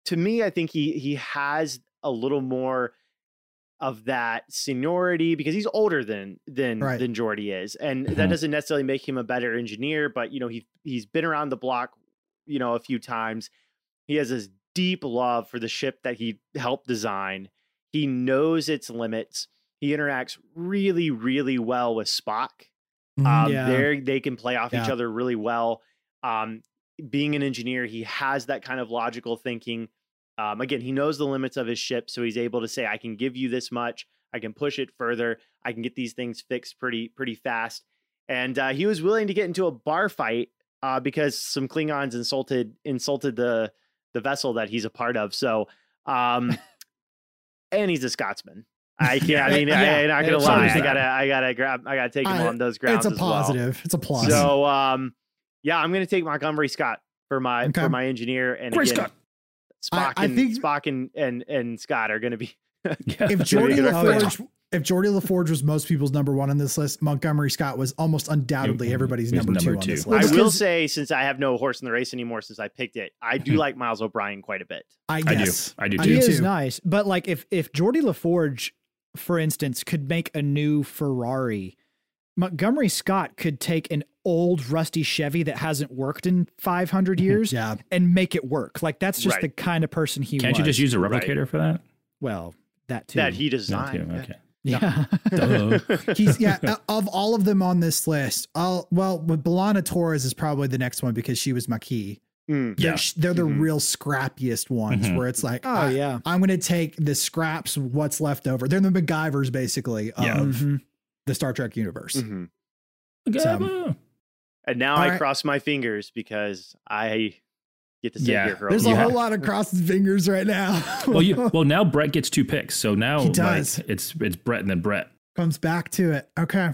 D: to me, I think he he has a little more of that seniority because he's older than than
B: Right.
D: than Jordy is, and
C: Mhm.
D: that doesn't necessarily make him a better engineer. But you know, he he's been around the block, you know, a few times. He has this deep love for the ship that he helped design. He knows its limits. He interacts really, really well with Spock. Um,
E: Mm-hmm. Yeah.
D: They they can play off each
B: Yeah.
D: other really well. Um, being an engineer, he has that kind of logical thinking. Um, again, he knows the limits of his ship, so he's able to say, "I can give you this much. I can push it further. I can get these things fixed pretty pretty fast." And uh, he was willing to get into a bar fight uh, because some Klingons insulted insulted the the vessel that he's a part of. So, um, and he's a Scotsman. I can't. I mean, I,
E: Yeah,
D: I'm not gonna
E: it's
D: lie.
C: always
D: I
C: that.
D: gotta. I gotta grab. I gotta take him
B: I-
D: on those grounds.
B: it's a
D: as well.
B: positive. It's a plus.
D: So, um, yeah, I'm gonna take Montgomery Scott for my
B: Okay.
D: for my engineer, and
C: Great
D: again,
C: Scott!
D: Spock
B: I- I
D: and
B: think-
D: Spock and, and and Scott are gonna be.
C: Yeah.
B: if Jordy
D: Yeah.
B: LaForge, if Jordy LaForge was most people's number one on this list, Montgomery Scott was almost undoubtedly
C: He-
B: everybody's
C: he was
B: number,
C: number
B: two,
C: two.
B: on this
C: Well,
D: I
B: list.
D: will
B: Because
D: say, since I have no horse in the race anymore, since I picked it, I
B: Mm-hmm.
D: do like Miles O'Brien quite a bit.
B: I,
C: I do.
B: yes.
C: I do
B: I
E: He
C: too.
B: do.
E: is
B: too.
E: nice. But like if if Jordy LaForge, for instance, could make a new Ferrari, Montgomery Scott could take an old rusty Chevy that hasn't worked in 500 years
B: Yeah.
E: and make it work. Like that's just
D: Right.
E: the kind of person he
C: Can't you
E: was.
C: just use a
D: Right.
C: replicator for that?
E: well, that too.
D: That he
C: No,
D: designed.
C: too. Okay.
E: yeah.
C: Duh.
B: He's yeah. uh, of all of them on this list, i well, but Belana Torres is probably the next one because she was my key.
D: Mm,
B: They're,
C: Yeah.
B: sh- they're the
D: Mhm.
B: real scrappiest ones
C: Mhm.
B: where it's like,
E: oh
B: I,
E: yeah.
B: am going to take the scraps, what's left over. They're the MacGyvers basically of
C: Yeah.
E: Mhm.
B: the Star Trek universe.
D: mhm.
C: Gabba.
D: And now
B: All
D: I
B: right.
D: cross my fingers because I get to sit
C: Yeah.
D: here for
B: There's
D: a
B: a
D: while.
B: whole lot of crossing fingers right now.
C: Well, you, well, now Brett gets two picks, so now
B: He
C: like,
B: does.
C: it's it's Brett and then Brett.
B: comes back to it. Okay.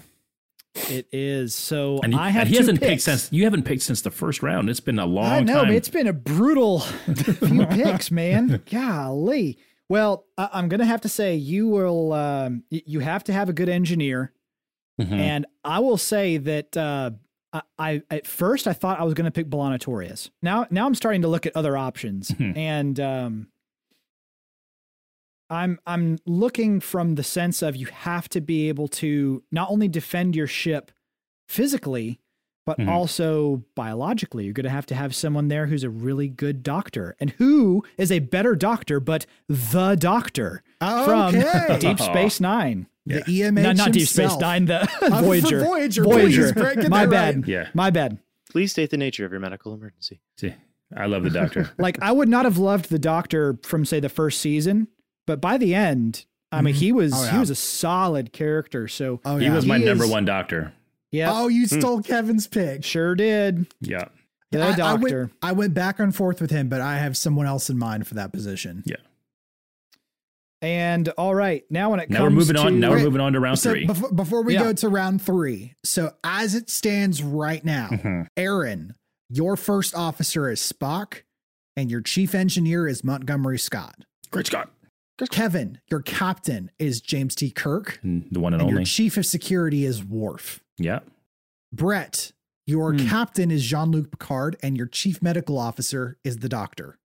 E: It is. So
C: And he,
E: I have
C: and he
E: two
C: hasn't picked
E: picks.
C: since you haven't picked since the first round. It's been a long
E: I know,
C: time.
E: man. It's been a brutal few picks, man. Golly. Well, I- I'm gonna have to say you will. Um, y- you have to have a good engineer,
C: Mhm.
E: and I will say that uh, I, I at first I thought I was gonna pick Bolano Torres. Now, now I'm starting to look at other options,
C: Mhm.
E: and um, I'm I'm looking from the sense of you have to be able to not only defend your ship physically, but
C: Mhm.
E: also biologically. You're going to have to have someone there who's a really good doctor and who is a better doctor, but the doctor from
B: Okay.
E: Deep Space Nine.
B: the EMH.
E: No, not Deep Space
B: himself.
E: Nine, the
B: Uh, for
E: Voyager.
B: Voyager, please, Brett, get
E: My
B: that
E: bad.
B: right.
C: Yeah.
E: My bad.
D: Please state the nature of your medical emergency.
C: See, I love the doctor.
E: Like, I would not have loved the doctor from, say, the first season, but by the end, I mean, he was
B: Oh,
E: he
B: yeah.
E: was a solid character. So,
B: Oh,
C: he
B: yeah.
C: was my
E: He
C: number
E: is-
C: one doctor.
E: yeah,
B: Oh, you
E: Hmm.
B: stole Kevin's pick.
E: sure did.
C: Yeah.
E: The
B: I, I
E: doctor.
B: went, I went back and forth with him, but I have someone else in mind for that position.
E: and all right, now when it
C: Now
E: comes
C: we're moving
E: to
C: on. Now we're
B: Wait.
C: moving on to round
B: So
C: 3
B: before, before we
E: Yeah.
B: go to round three, so as it stands right now,
C: Mhm.
B: Aaron, your first officer is Spock, and your chief engineer is Montgomery Scott.
C: Great Scott,
B: Kevin, your captain is James T. Kirk,
C: And the one and,
B: and your
C: only.
B: chief of security is Worf.
C: yeah.
B: Brett, your
E: Hmm.
B: captain is Jean Luc Picard, and your chief medical officer is the doctor.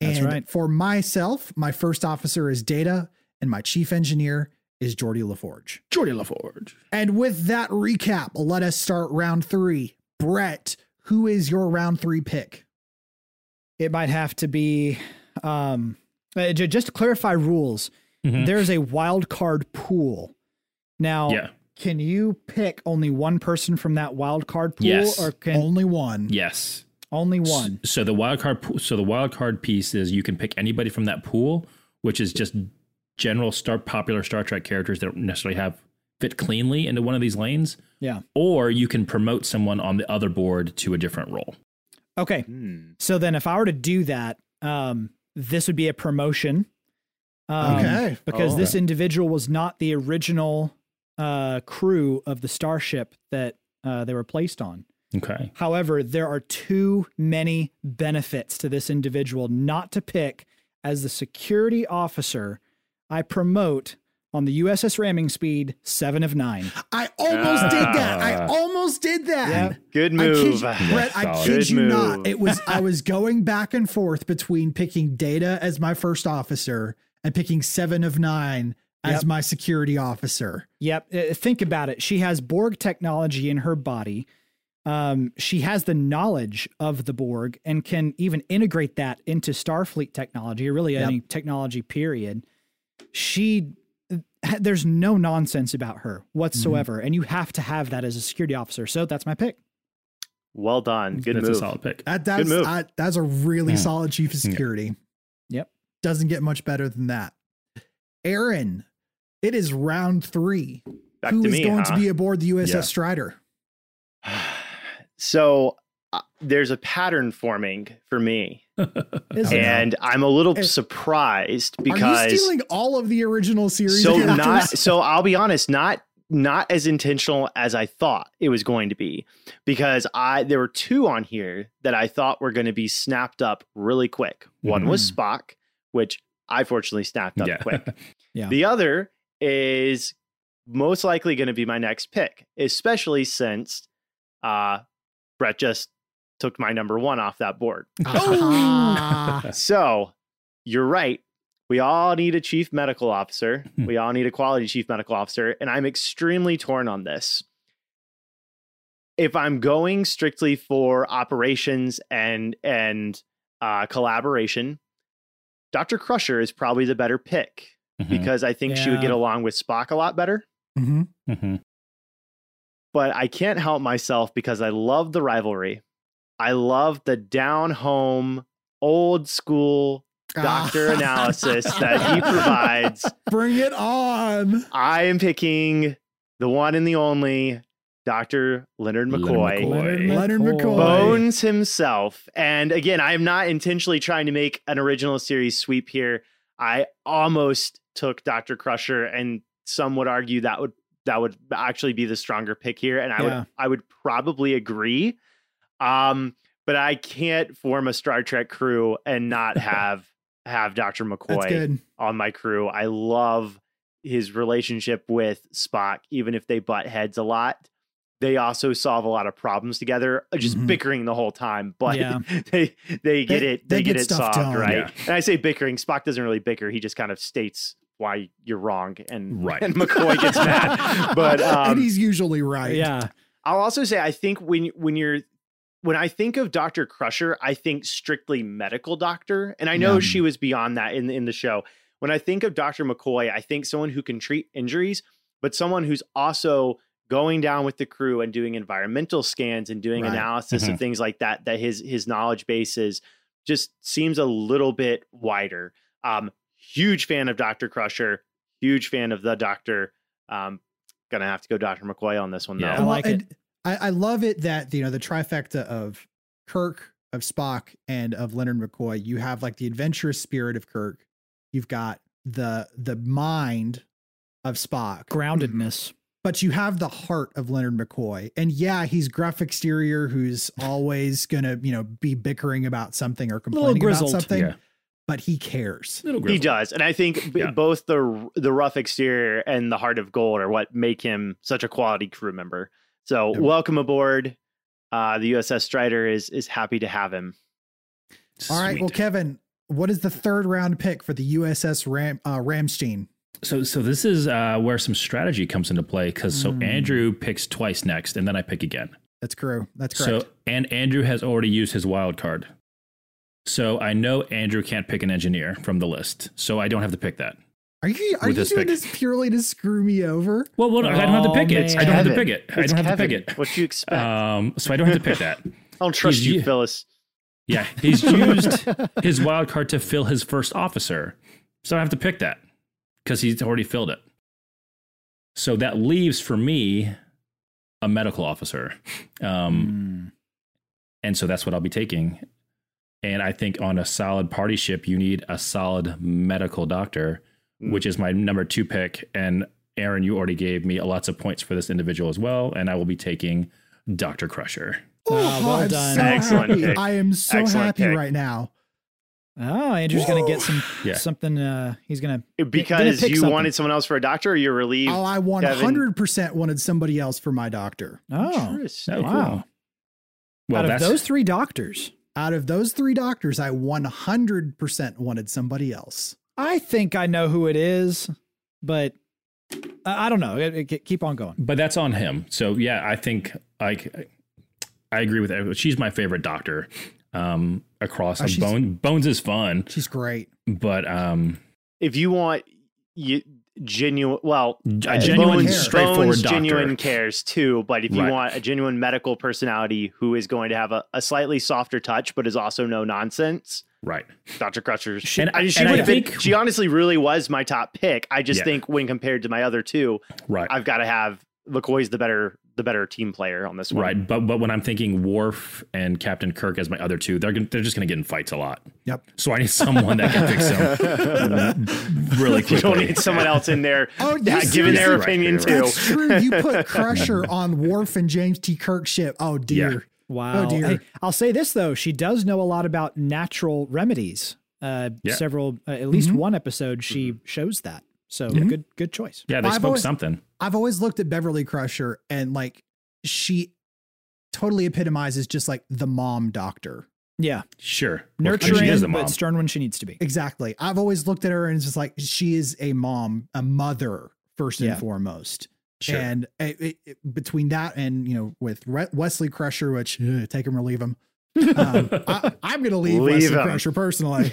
E: That's
B: and
E: right.
B: For myself, my first officer is Data, and my chief engineer is Geordie LaForge.
C: Jordy LaForge.
B: And with that recap, let us start round three. Brett, who is your round three pick?
E: it might have to be um uh, ju- just to clarify rules
C: Mhm.
E: there's a wild card pool now
C: Yeah.
E: can you pick only one person from that wild card pool
C: Yes.
E: or can
B: Only one.
C: Yes.
E: only
C: S-
E: one
C: So the wild card. po- So the wild card piece is you can pick anybody from that pool, which is just general star popular Star Trek characters that don't necessarily have fit cleanly into one of these lanes.
E: Yeah.
C: Or you can promote someone on the other board to a different role.
E: okay
D: Hmm.
E: so then if i were to do that um this would be a promotion um,
B: Okay.
E: because
D: Oh.
E: this individual was not the original uh crew of the starship that uh they were placed on
C: Okay.
E: However, there are too many benefits to this individual not to pick as the security officer I promote on the USS Ramming Speed 7 of 9.
B: I almost did that. I
C: Ah.
B: almost did that.
E: Yeah.
B: I kid
D: Good move.
B: you- Brett, I
C: solid.
B: kid
D: Good
B: you
D: move.
B: not. It was I was going back and forth between picking Data as my first officer and picking Seven of Nine as
E: Yep.
B: my security officer.
E: Yep, uh, think about it. She has Borg technology in her body. Um, she has the knowledge of the Borg and can even integrate that into Starfleet technology, or really
B: Yep.
E: any technology period. She uh, there's no nonsense about her whatsoever,
B: Mm-hmm.
E: and you have to have that as a security officer. So that's my pick.
D: Well done. Good
C: That's
D: move.
C: a solid pick.
B: That that's
D: move.
B: I, that's a really
C: Yeah.
B: solid chief of
C: Yeah.
B: security.
E: Yep.
B: Doesn't get much better than that. Aaron, it is round three.
D: Back
B: Who
D: to
B: is
D: me.
B: going
D: huh?
B: to be aboard the USS
C: Yeah.
B: Strider?
D: so uh, there's a pattern forming for me,
E: Is
B: Oh, no.
D: and I'm a little
B: Hey.
D: surprised
B: Are you
D: because
B: stealing all of the original series?
D: so
B: characters?
D: not so I'll be honest, not not as intentional as I thought it was going to be because I there were two on here that I thought were going to be snapped up really quick. One was
B: Mm.
D: Spock, which I fortunately snapped up
C: Yeah.
D: quick.
E: Yeah.
D: The other is most likely going to be my next pick, especially since uh, Brett just took my number one off that board.
B: Ah.
D: So you're right. We all need a chief medical officer.
C: Hmm.
D: We all need a quality chief medical officer. And I'm extremely torn on this. If I'm going strictly for operations and and uh, collaboration, Dr. Crusher is probably the better pick
C: Mm-hmm.
D: because I think she would get
E: Yeah.
D: along with Spock a lot better.
B: Mhm.
C: Mhm.
D: But I can't help myself because I love the rivalry. I love the down home, old school doctor
B: Ah.
D: analysis that he provides.
B: Bring it on.
D: I am picking the one and the only Dr. Leonard
C: Leonard
D: McCoy.
C: McCoy.
B: Leonard McCoy.
D: Bones himself. And again, I am not intentionally trying to make an original series sweep here. I almost took Dr. Crusher, and some would argue that would that would actually be the stronger pick here, and I
E: Yeah.
D: would I would probably agree. Um, but I can't form a Star Trek crew and not have have Doctor
B: That's
D: McCoy
B: good.
D: on my crew. I love his relationship with Spock, even if they butt heads a lot. They also solve a lot of problems together, uh, just
B: Mhm.
D: bickering the whole time. But
E: Yeah.
D: they they get
B: They-
D: it they,
B: they
D: get,
B: get
D: it
B: stuff
D: solved,
B: done.
D: right?
C: Yeah.
D: And I say bickering. Spock doesn't really bicker. He just kind of states why you're wrong, and
C: Right.
D: and McCoy gets mad. But um,
B: and he's usually right.
E: Yeah.
D: I'll also say I think when when you're when I think of Dr. Crusher, I think strictly medical doctor. And I know
B: Yeah.
D: she was beyond that in in the show. When I think of Dr. McCoy, I think someone who can treat injuries, but someone who's also going down with the crew and doing environmental scans and doing
B: Right.
D: analysis
C: Mhm.
D: of things like that that his his knowledge base is just seems a little bit wider. Um huge fan of Dr. Crusher, huge fan of the doctor. Um gonna have to go Dr. McCoy on this one
C: Yeah.
D: though.
E: I like it.
B: and I, I love it that you know the trifecta of Kirk, of Spock, and of Leonard McCoy. You have like the adventurous spirit of Kirk. You've got the the mind of Spock,
E: Groundedness.
B: but you have the heart of Leonard McCoy. And yeah, he's gruff exterior, who's always gonna you know be bickering about something or complaining about
E: grizzled.
B: something,
C: Yeah.
B: but he cares.
C: Little
D: He
C: grizzled.
D: does, and I think b-
C: Yeah.
D: both the the rough exterior and the heart of gold are what make him such a quality crew member. So
B: Yeah.
D: welcome aboard. Uh, the USS Strider is is happy to have him.
B: All right, well,
C: Sweet.
B: Kevin, what is the third round pick for the USS Ram uh, Ramstein?
C: So, so this is uh, where some strategy comes into play because so
B: Mm.
C: Andrew picks twice next, and then I pick again.
B: That's true. That's correct.
C: So, and Andrew has already used his wild card. So I know Andrew can't pick an engineer from the list, so I don't have to pick that.
B: Are you are
C: with
B: you
C: this
B: doing
C: pick.
B: this purely to screw me over?
C: Well, well, I don't have to
E: Oh,
C: pick it. I
E: man.
C: don't have to
D: Kevin.
C: pick it. I
D: It's
C: don't have to
D: Kevin.
C: pick it.
D: What do you expect?
C: Um, so I don't have to pick that.
D: I don't trust
C: he's
D: you,
C: you-
D: Phyllis.
C: Yeah, he's used his wild card to fill his first officer, so I have to pick that because he's already filled it. So that leaves for me a medical officer. Um,
E: Mm.
C: And so that's what I'll be taking. And I think on a solid party ship, you need a solid medical doctor,
D: Mm.
C: which is my number two pick. And Aaron, you already gave me lots of points for this individual as well. And I will be taking Dr. Crusher.
B: Oh,
E: Ah, well
B: I'm
E: done.
B: so
D: Excellent
B: happy.
D: pick.
B: I am so
D: Excellent
B: happy
D: pick.
B: right now.
E: Oh, Andrew's gonna get some
C: Yeah.
E: something. Uh, he's gonna.
D: Because
E: pick
D: you
E: something.
D: wanted someone else for a doctor, or you're relieved.
B: Oh, I
D: Kevin.
B: 100% wanted somebody else for my doctor.
E: Oh,
D: Interesting.
C: Oh,
E: Wow.
C: Well,
E: out of
C: that's
E: those three doctors,
B: Out of those three doctors, I 100% wanted somebody else.
E: I think I know who it is, but I, I don't know. It- it- keep on going.
C: but that's on him. So yeah, I think like I agree with everyone. She's my favorite doctor um, across.
B: Oh, she's-
C: Bone, Bones is fun,
B: She's great.
C: but um,
D: If you want you genuine, well,
C: a genuine,
B: care.
D: Bones,
C: straightforward
D: Bones
C: doctor.
D: genuine cares too. But if you
C: Right.
D: want a genuine medical personality who is going to have a, a slightly softer touch, but is also no nonsense,
C: Right.
D: Dr. Crutcher. She,
C: And
D: I,
C: I-
D: she
C: and I
D: would have been,
C: think-
D: she honestly really was my top pick. I just
C: Yeah.
D: think when compared to my other two,
C: Right.
D: I've got to have McCoy's the better the better team player on this one.
C: Right, but but when I'm thinking Worf and Captain Kirk as my other two, they're gonna, they're just going to get in fights a lot.
B: Yep.
C: So I need someone that can fix them really quickly.
D: You don't need someone else in there
B: Oh,
D: yeah,
B: you
D: giving their
C: seriously-
D: opinion
C: Right,
D: too.
B: That's true. You put Crusher on Worf and James T. Kirk ship. Oh, dear.
C: Yeah.
E: Wow.
B: Oh, dear.
E: Hey, I'll say this though: she does know a lot about natural remedies. Uh,
C: Yeah. Mm-hmm.
E: Several, uh, at least
B: Mhm.
E: one episode, she shows that. So
B: Yeah.
E: good, good choice.
C: Yeah, they
B: I've
C: spoke
B: always-
C: something.
B: I've always looked at Beverly Crusher and like she totally epitomizes just like the mom doctor.
E: Yeah,
C: Sure, Well, I mean,
E: nurturing,
C: she is the mom.
E: but stern when she needs to be.
B: Exactly. I've always looked at her and it's just like she is a mom, a mother first and
E: Yeah.
B: foremost.
C: Sure.
B: And it, it- it- between that and you know with Re- Wesley Crusher, which ugh, take him or leave him, um, I, I'm going to leave,
D: Leave
B: Wesley
D: him.
B: Crusher personally.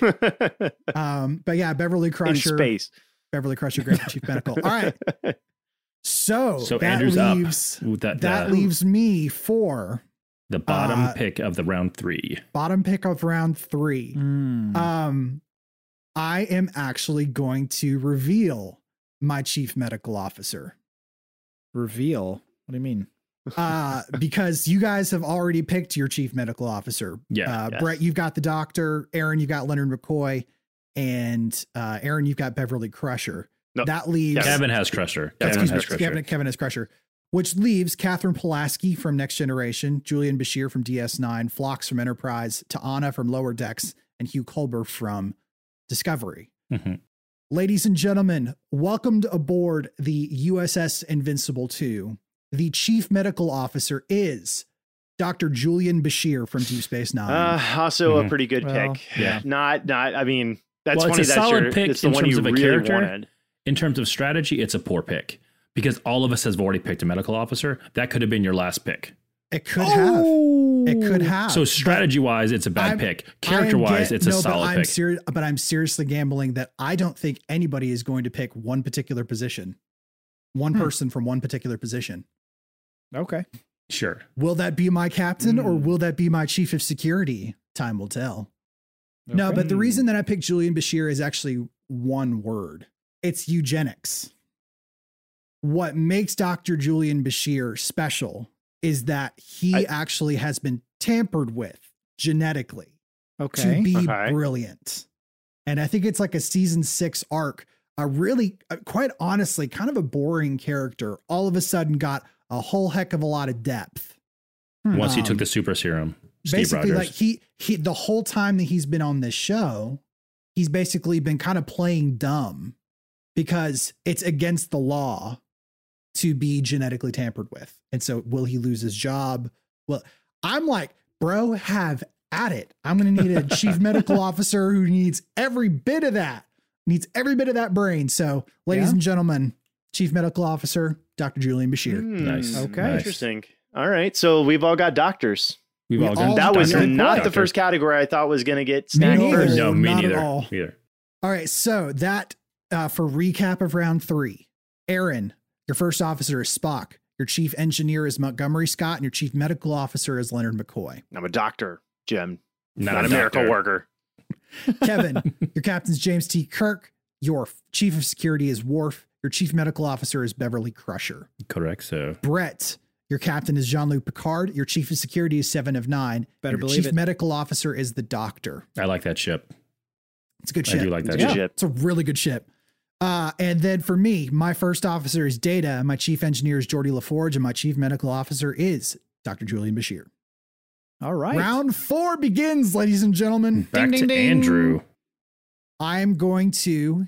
B: Um, but yeah, Beverly
D: in
B: Crusher,
D: space.
B: Beverly Crusher, great chief medical. All right. So,
C: so
B: that
C: Andrew's
B: leaves
C: up uh, with that,
B: that
C: the,
B: leaves me for
C: the bottom
B: uh,
C: pick of the round three.
B: bottom pick of round three.
E: Mm.
B: Um, I am actually going to reveal my chief medical officer
E: Reveal. What do you mean?
B: uh, because you guys have already picked your chief medical officer.
C: Yeah,
B: uh,
D: yes.
B: Brett, you've got the doctor. Aaron, you've got Leonard McCoy, and uh, Aaron, you've got Beverly Crusher.
D: No.
B: That leaves
C: Kevin has Crusher.
B: That's
C: Kevin
B: Kevin,
C: has
B: excuse me,
C: Crusher.
B: Kevin, Kevin is Crusher, which leaves Catherine Pulaski from Next Generation, Julian Bashir from DS9, Phlox from Enterprise, Ta'ana from Lower Decks, and Hugh Culber from Discovery.
C: Mhm.
B: Ladies and gentlemen, welcomed aboard the USS Invincible 2. The chief medical officer is Dr. Julian Bashir from Deep Space Nine.
D: Uh, also a
C: Mhm.
D: pretty good
E: Well,
D: pick.
C: yeah.
D: Not not. I mean, that's
C: Well, it's
D: funny.
C: a
D: that's
C: solid
D: your,
C: pick
D: it's the
C: in
D: one
C: terms
D: you
C: of a
D: really
C: character.
D: wanted.
C: In terms of strategy, it's a poor pick because all of us have already picked a medical officer. That could have been your last pick.
B: it could
E: Oh!
B: have. It could have.
C: so strategy wise, it's a bad
B: Ah, I'm-
C: pick.
B: I am
C: Character wise,
B: ga-
C: it's a
B: no, but
C: solid
B: I'm
C: pick.
B: seri- but I'm seriously gambling that I don't think anybody is going to pick one particular position, one
E: Hmm.
B: person from one particular position.
E: Okay.
C: sure.
B: Will that be my captain or
D: Hmm.
B: will that be my chief of security? Time will tell. No,
E: Okay.
B: but the reason that I picked Julian Bashir is actually one word it's eugenics. What makes Dr. Julian Bashir special is that he
D: I-
B: actually has been tampered with genetically
E: okay.
B: to be
D: Okay.
B: brilliant. And I think it's like a season six arc. A really, uh, quite honestly, kind of a boring character. All of a sudden, got a whole heck of a lot of depth.
E: Hmm.
C: Once he
B: Um,
C: took the super serum, Steve
B: Basically,
C: Rogers.
B: like he he the whole time that he's been on this show, he's basically been kind of playing dumb because it's against the law to be genetically tampered with. And so, will he lose his job? Well, I'm like, bro, have at it. I'm going to need a chief medical officer who needs every bit of that, needs every bit of that brain. So, ladies
E: Yeah.
B: and gentlemen, chief medical officer, Dr. Julian Bashir.
D: Hmm,
C: Nice.
E: Okay.
C: Nice.
D: Interesting. All right. So we've all got doctors.
C: We've
B: we
C: all gone.
B: all-
D: That
B: Doctor,
D: was
B: good
D: not
B: point.
D: the first category I thought was going to get
B: Me
D: snagged
B: neither.
D: first.
C: No, me
B: Not at
C: neither.
B: all.
C: Me Neither.
B: All right, so that uh, for recap of round three, Aaron, your first officer is Spock, your chief engineer is Montgomery Scott, and your chief medical officer is Leonard McCoy.
D: I'm a doctor, Jim.
C: Not,
D: Not,
C: a
D: a miracle
C: doctor.
D: worker.
B: Kevin, your captain's James T. Kirk, your f- chief of security is Worf, your chief medical officer is Beverly Crusher.
C: Correct. So
B: Brett, your captain is Jean Luc Picard, your chief of security is Seven of Nine,
E: Better
B: and your
E: believe
B: chief
E: it.
B: medical officer is the Doctor.
C: I like that ship.
B: It's a good
C: I
B: ship.
C: do like that
D: Good
C: ship.
D: ship.
B: It's a really good ship. Uh, and then for me, my first officer is Data, and my chief engineer is Jordi LaForge, and my chief medical officer is Dr. Julian Bashir.
E: All right.
B: Round four begins, ladies and gentlemen.
C: Back
E: ding,
C: to
E: ding.
C: Andrew.
B: I'm going to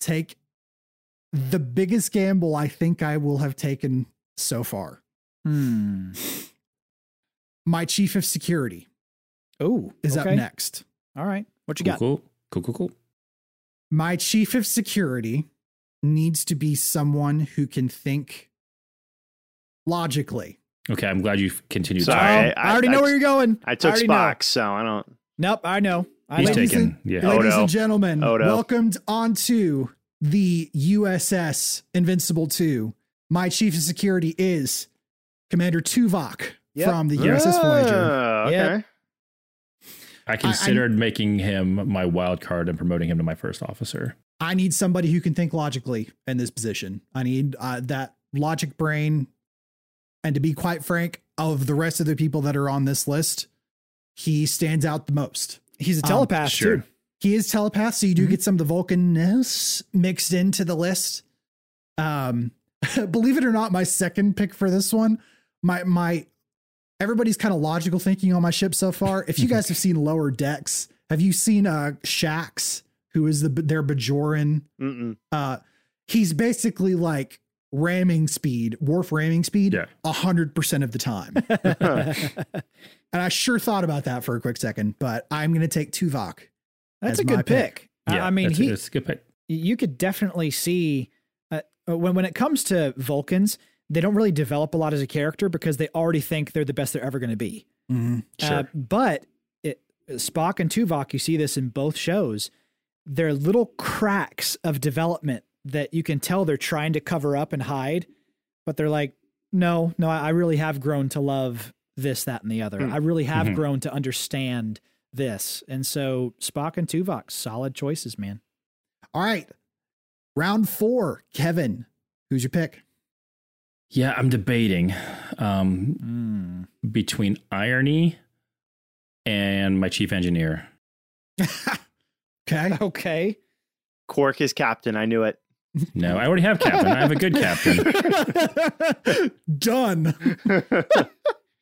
B: take the biggest gamble I think I will have taken so far.
E: Hmm.
B: My chief of security
E: Oh,
B: is
E: okay.
B: up next.
E: All right. What you
C: Cool,
E: got?
C: cool, cool, cool, cool.
B: my chief of security needs to be someone who can think logically.
C: Okay, I'm glad you f- continued.
D: Sorry,
C: talking.
E: Oh,
D: I-
E: I already know where you're going.
D: I took
E: already
D: Spock, so I don't.
E: Know. Nope, I know. I
C: He's
E: know.
B: Ladies
C: taken. Yeah.
D: Oh,
B: Ladies
D: no.
B: and gentlemen,
D: Oh, no.
B: welcomed onto the USS Invincible 2. My chief of security is Commander Tuvok
E: Yep.
B: from the USS Voyager.
D: Ah,
E: Yeah.
D: okay.
C: I considered making him my wild card and promoting him to my first officer.
B: I need somebody who can think logically in this position. I need uh, that logic brain. And to be quite frank, of the rest of the people that are on this list, he stands out the most.
E: He's a
B: Um,
E: telepath
C: sure.
E: too.
B: He is telepath, so you do
E: Mhm.
B: get some of the Vulcanness mixed into the list. Um, believe it or not, my second pick for this one, my my everybody's kind of logical thinking on my ship so far. If you guys have seen Lower Decks, have you seen uh Shax, who is the their Bajoran?
D: Mm-mm.
B: Uh, he's basically like ramming speed, wharf ramming speed,
C: Yeah.
B: a hundred percent of the time. and I sure thought about that for a quick second, but I'm gonna take Tuvok.
E: That's
B: As
E: a
B: my
E: good
B: pick.
E: pick. I-
C: Yeah,
E: I mean,
C: that's,
E: he,
C: that's a good pick.
E: you could definitely see uh, when when it comes to Vulcans, they don't really develop a lot as a character because they already think they're the best they're ever going to be. Uh,
C: Sure.
E: but it, Spock and Tuvok, you see this in both shows. They're little cracks of development that you can tell they're trying to cover up and hide, but they're like, no, no, I, I really have grown to love this, that, and the other.
D: Mm.
E: I really have
C: Mhm.
E: grown to understand this. And so Spock and Tuvok, solid choices, man.
B: All right. Round four, Kevin. Who's your pick?
C: yeah, I'm debating um, between irony and my chief engineer.
B: okay.
E: Okay.
D: Quark is captain. I knew it.
C: No, I already have captain. I have a good captain.
B: Done.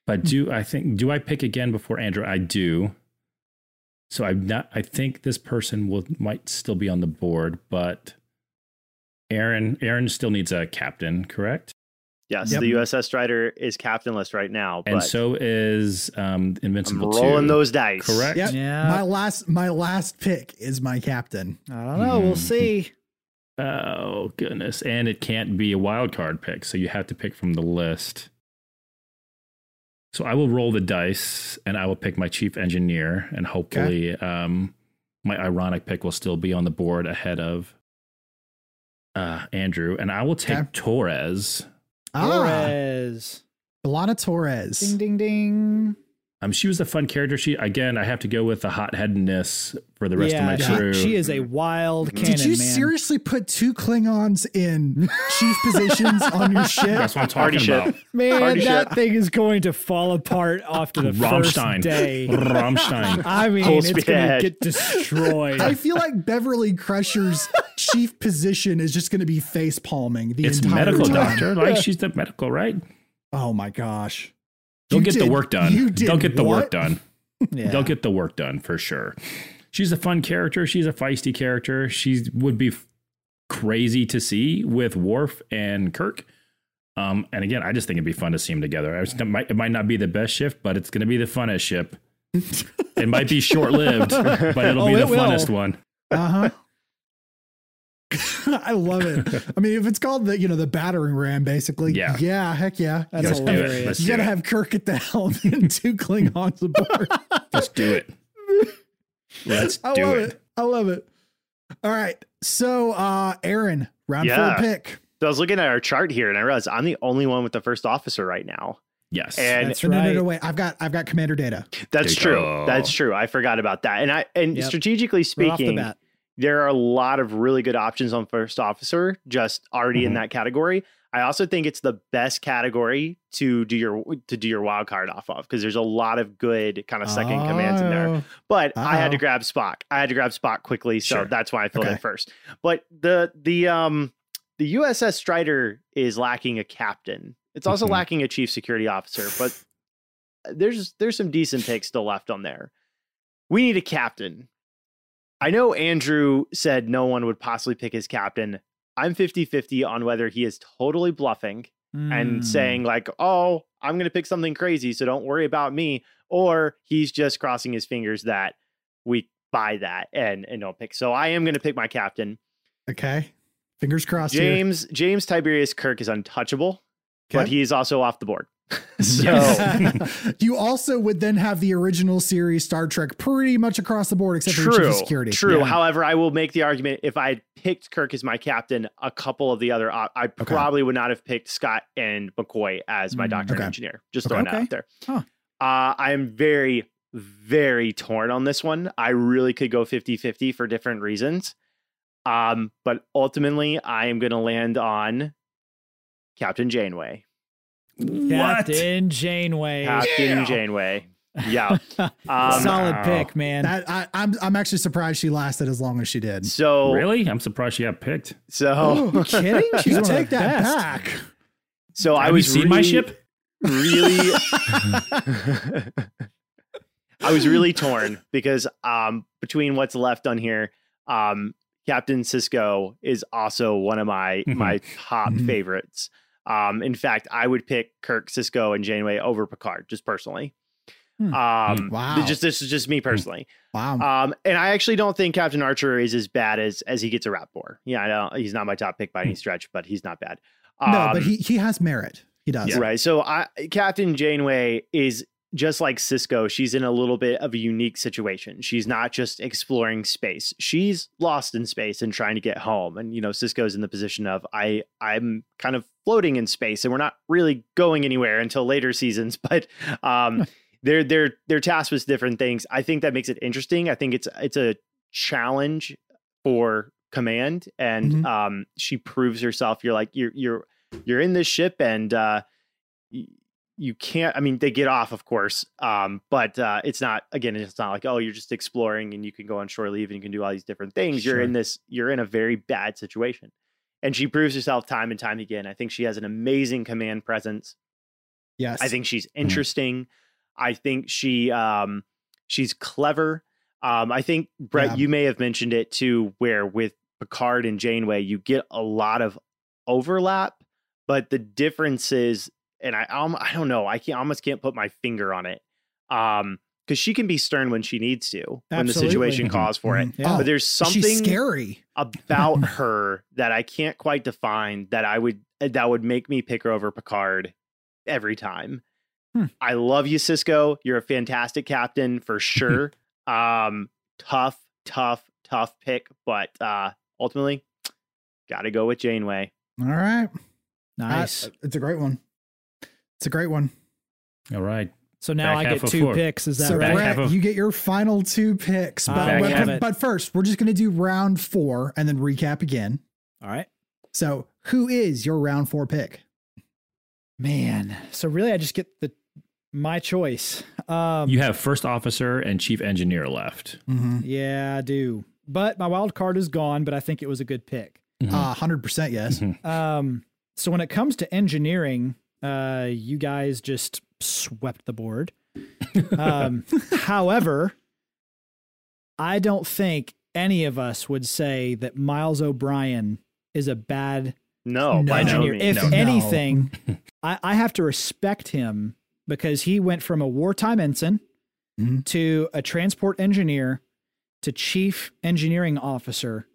C: But do I think do I pick again before Andrew? I do. So I'm not. I think this person will might still be on the board, but Aaron Aaron still needs a captain, correct?
D: Yes,
B: Yep.
D: the USS Strider is captainless right now, but
C: And so is um
D: I'm
C: Invincible.
D: rolling
C: 2,
D: those dice.
C: correct?
B: Yep. My
E: Yeah.
B: last my last pick is my captain.
E: I don't know. We'll
C: Hmm.
E: see.
C: Oh goodness! And it can't be a wild card pick, so you have to pick from the list. So I will roll the dice, and I will pick my chief engineer, and hopefully, um, my ironic pick will still be on the board ahead of uh, Andrew. And I will take
B: Okay.
C: Torres.
B: Ah,
E: Torres.
B: Belana Torres.
E: Ding ding ding.
C: Um, she was a fun character. She again, I have to go with the hot headedness for the rest of my
E: she,
C: crew.
E: she is a wild
D: Did
E: cannon.
B: Did you
E: man.
B: seriously put two Klingons in chief positions on your ship?
C: That's what I'm
D: Party
C: talking
D: ship.
C: about.
E: Man,
D: Party
E: that
D: ship.
E: thing is going to fall apart after the
C: Rammstein.
E: first day.
C: Rammstein.
E: I mean,
D: Full
E: it's
D: speed
E: going to
D: ahead.
E: get destroyed.
B: I feel like Beverly Crusher's chief position is just going to be face palming the
C: It's
B: entire
C: medical
B: time.
C: doctor. Like she's the medical, right?
B: Oh my gosh.
C: They'll
B: You
C: get the
B: did-
C: work done.
B: you did
C: They'll get the
B: what?
C: work done.
E: yeah.
C: They'll get the work done for sure. She's a fun character. She's a feisty character. She would be f- crazy to see with Worf and Kirk. Um, and again, I just think it'd be fun to see them together. I was- It might, it might not be the best ship, but it's going to be the funnest ship. it might be short lived, but it'll
E: Oh,
C: be
E: it
C: the
E: will.
C: funnest one.
D: Uh-huh.
B: Uh huh. I love it. I mean, if it's called the you know the battering ram, basically.
C: Yeah.
B: Yeah. Heck yeah.
E: That's
C: Let's do it.
E: hilarious.
C: Let's
B: you
C: do
B: gotta
C: it.
B: have Kirk at the helm and two Klingons aboard.
C: Let's do it. Let's
B: I
C: do
B: love
C: it.
B: it. I love it. All right. So, uh Aaron, round
D: Yeah.
B: four pick.
D: So I was looking at our chart here and I realized I'm the only one with the first officer right now.
C: Yes.
D: And
E: That's
B: No, no, no,
E: right.
B: no, wait. I've got I've got commander data.
D: that's
C: There you
D: true.
C: go.
D: That's true. I forgot about that. And I and
E: Yep.
D: strategically
E: Right off
D: speaking,
E: the bat.
D: there are a lot of really good options on first officer just already in
C: Mhm.
D: that category i also think it's the best category to do your to do your wild card off of because there's a lot of good kind of second commands in there
B: Oh.
D: but i had to
B: Uh-oh.
D: grab spock i had to grab spock quickly so
C: Sure.
D: that's why i filled
B: Okay.
D: it first but the the um the uss strider is lacking a captain it's also
C: Mhm.
D: lacking a chief security officer but uh, there's there's some decent picks still left on there. We need a captain. I know Andrew said no one would possibly pick his captain. I'm 50-50 on whether he is totally bluffing and
E: Mm.
D: saying like, "Oh, I'm going to pick something crazy, so don't worry about me," or he's just crossing his fingers that we buy that and and don't pick. So I am going to pick my captain.
B: Okay. Fingers crossed. Here.
D: James James Tiberius Kirk is untouchable, but
B: Okay.
D: he's also off the board. so
B: you also would then have the original series Star Trek pretty much across the board, except for your chief of security.
D: True.
B: Yeah.
D: However, I will make the argument if I had picked Kirk as my captain, a couple of the other op- I probably would not have picked Scott and McCoy as my
E: Mm,
D: doctor
B: okay.
D: and engineer. Just
B: Okay.
D: throwing that
E: Okay.
D: out there.
E: Huh.
D: Uh, I am very, very torn on this one. I really could go 50-50 for different reasons. Um, but ultimately I am gonna land on Captain Janeway.
E: Captain Janeway.
D: Captain
C: Yeah.
D: Janeway. Yeah. Um,
E: Solid
C: Wow.
E: pick, man.
B: That I, I'm I'm actually surprised she lasted as long as she did.
D: so
C: Really? I'm surprised she got picked.
D: so
E: you kidding?
B: You
E: one of
B: take
E: the
B: that
E: best.
B: back.
D: so Oh, I
C: Have
D: was
C: you seen my
D: really-
C: ship?
D: really I was really torn because um between what's left on here um Captain Cisco is also one of my
C: Mhm.
D: my top
B: Mhm.
D: favorites. Um in fact, I would pick Kirk Cisco and Janeway over Picard just personally.
E: Hmm.
D: Um
B: Wow. Hmm.
D: th- just this is just me personally.
B: Wow.
D: Um and I actually don't think Captain Archer is as bad as as he gets a rap for. Yeah, I know he's not my top pick by any stretch, but he's not bad.
B: Hmm. no, but
D: Um,
B: he he has merit. He does.
D: Right. So I Captain Janeway is just like Cisco, she's in a little bit of a unique situation. She's not just exploring space. She's lost in space and trying to get home. And you know, Cisco's in the position of I I'm kind of floating in space and we're not really going anywhere until later seasons, but um they're they're they're tasked with different things. I think that makes it interesting. I think it's it's a challenge for command and
B: Mhm.
D: um she proves herself you're like you're you're you're in this ship and uh y- you can't i mean they get off of course um but uh it's not again it's not like oh you're just exploring and you can go on shore leave and you can do all these different things you're in this you're in a very bad situation and she proves herself time and time again. I think she has an amazing command presence.
B: Yes.
D: I think she's interesting. I think she um she's clever. Um I think Brett,
B: Yeah.
D: you may have mentioned it too, where with Picard and Janeway, you get a lot of overlap, but the difference is, and I um, I don't know, I can't I almost can't put my finger on it. Um because she can be stern when she needs to, when the
E: Absolutely.
D: situation
C: Mhm.
D: calls for it.
E: Mhm. Yeah.
B: Oh,
D: But there's
B: she's
D: something
B: scary.
D: about her that I can't quite define that I would eh, that would make me pick her over Picard every time.
E: Hmm.
D: I love you, Cisco. You're a fantastic captain for sure. um, tough, tough, tough pick, but uh, ultimately, gotta go with Janeway.
B: All right.
E: Nice.
B: Uh, it's a great one. It's a great one.
C: All right.
E: so now
C: back
E: I
C: half
E: get
C: of
E: two
C: four.
E: picks. Is that
B: so
E: right?
C: back half
B: Brett,
C: of-
B: you get your final two picks,
E: Ah,
B: but
C: back half
B: but,
E: of-
B: but first we're just gonna do round four and then recap again.
E: All right.
B: So who is your round four pick?
E: Man. So really, I just get the my choice. Um,
C: You have first officer and chief engineer left.
B: Mm-hmm.
E: yeah, I do. But my wild card is gone. But I think it was a good pick.
B: Uh, hundred percent yes.
E: Um, so when it comes to engineering, uh, you guys just swept the board. Um, however, I don't think any of us would say that Miles O'Brien is a bad
D: No,
B: No.
D: by no
E: engineer.
D: means.
E: if
C: No.
E: anything, I, I have to respect him because he went from a wartime ensign
B: Mhm.
E: to a transport engineer to chief engineering officer,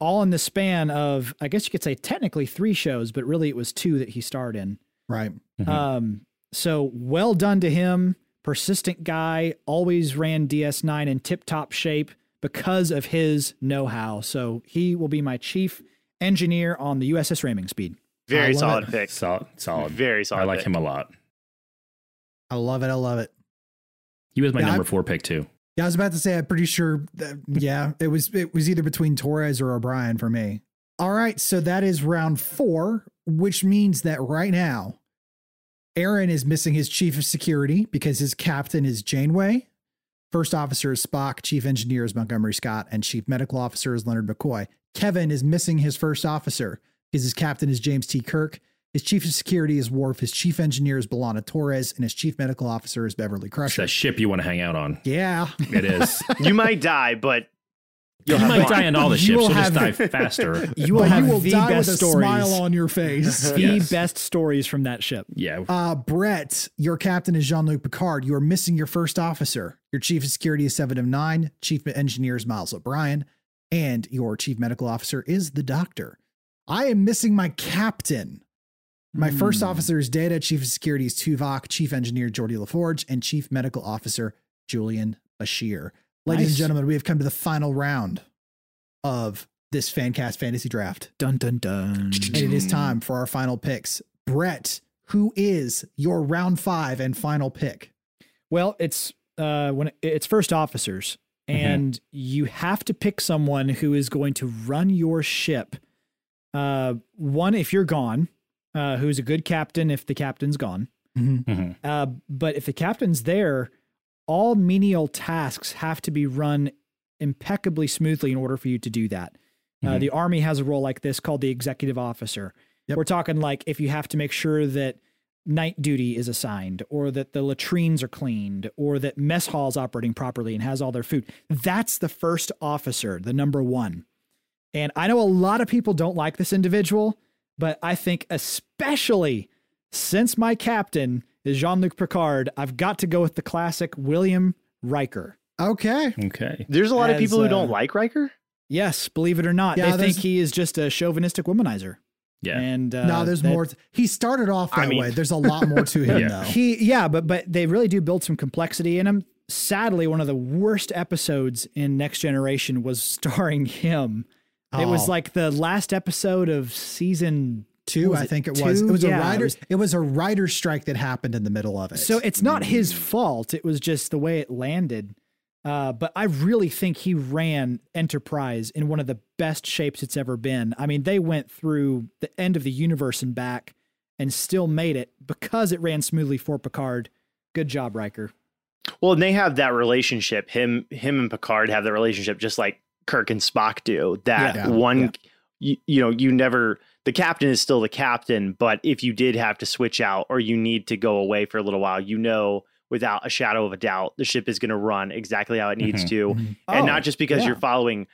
E: all in the span of, I guess you could say, technically three shows, but really it was two that he starred in.
B: Right.
C: Mhm.
E: Um, so well done to him. Persistent guy, always ran DS9 in tip top shape because of his know how. So he will be my chief engineer on the USS Ramming Speed.
B: I love
D: very
B: it.
D: solid pick.
C: Solid. Solid.
D: Very solid.
C: I like
D: pick.
C: him a lot.
B: I love it. I love it.
C: He was my
B: Yeah,
C: number
B: I'm-
C: four pick too.
B: Yeah, I was about to say. I'm pretty sure. That, yeah, it was it was either between Torres or O'Brien for me. All right, so that is round four, which means that right now, Aaron is missing his chief of security because his captain is Janeway, first officer is Spock, chief engineer is Montgomery Scott, and chief medical officer is Leonard McCoy. Kevin is missing his first officer because his captain is James T. Kirk. His chief of security is Worf. His chief engineer is Belana Torres, and his chief medical officer is Beverly
C: It's
B: Crusher.
C: a ship you want to hang out on.
B: Yeah.
C: It is.
D: You might die, but
C: you
D: you'll have
C: might
D: fun.
C: die in all the
B: You
C: ships.
B: will
C: You'll just die
B: have-
C: faster.
E: You will
B: But
E: have the
B: die
E: best
B: with a
E: stories.
B: smile on your face.
E: The
C: Yes.
E: best stories from that ship.
C: Yeah.
B: Uh, Brett, your captain is Jean Luc Picard. You are missing your first officer. Your chief of security is Seven of Nine. Chief engineer is Miles O'Brien, and your chief medical officer is the Doctor. I am missing my captain. My first
E: Hmm.
B: officer is Data. Chief of security is Tuvok. Chief engineer Jordi LaForge, and chief medical officer Julian Bashir. Ladies and
E: Nice.
B: gentlemen, we have come to the final round of this Fancast Fantasy Draft.
E: Dun dun dun.
B: And it is time for our final picks. Brett, who is your round five and final pick?
E: Well, it's uh when it, it's first officers
C: Mhm.
E: and you have to pick someone who is going to run your ship. Uh one if you're gone, uh who's a good captain if the captain's gone.
C: Mhm.
E: Uh but if the captain's there, all menial tasks have to be run impeccably smoothly in order for you to do that. Uh,
C: Mhm.
E: the army has a role like this called the executive officer.
B: Yep.
E: We're talking like if you have to make sure that night duty is assigned or that the latrines are cleaned or that mess hall is operating properly and has all their food. That's the first officer, the number one. And I know a lot of people don't like this individual, but I think especially since my captain is Jean-Luc Picard, I've got to go with the classic William Riker.
B: Okay.
C: Okay.
D: There's a lot of
E: As,
D: people who don't
E: uh,
D: like Riker.
E: Yes, believe it or not,
B: Yeah,
E: they
B: there's-
E: think he is just a chauvinistic womanizer.
C: Yeah.
E: And uh,
B: no, there's
E: that-
B: more. He started off that
D: I mean-
B: way. There's a lot more to him,
C: Yeah.
B: though.
E: He, yeah, but but they really do build some complexity in him. Sadly, one of the worst episodes in Next Generation was starring him. It was
B: Oh.
E: like the last episode of season.
B: Two,
E: was
B: I
E: it?
B: think it was.
E: Two?
B: It was
E: Yeah,
B: a
E: it
B: writer. It
E: was-
B: was, a writer strike that happened in the middle of it.
E: So it's not
B: mm.
E: his fault. It was just the way it landed. Uh, but I really think he ran Enterprise in one of the best shapes it's ever been. I mean, they went through the end of the universe and back, and still made it because it ran smoothly for Picard. Good job, Riker.
D: Well, and they have that relationship. Him, him, and Picard have the relationship, just like Kirk and Spock do. That
B: Yeah.
D: one,
E: Yeah.
D: you, you know you never the captain is still the captain but if you did have to switch out or you need to go away for a little while you know without a shadow of a doubt the ship is going to run exactly how it needs
C: Mhm.
D: to
E: Oh,
B: Mm-hmm.
D: and not just because
E: yeah.
D: you're following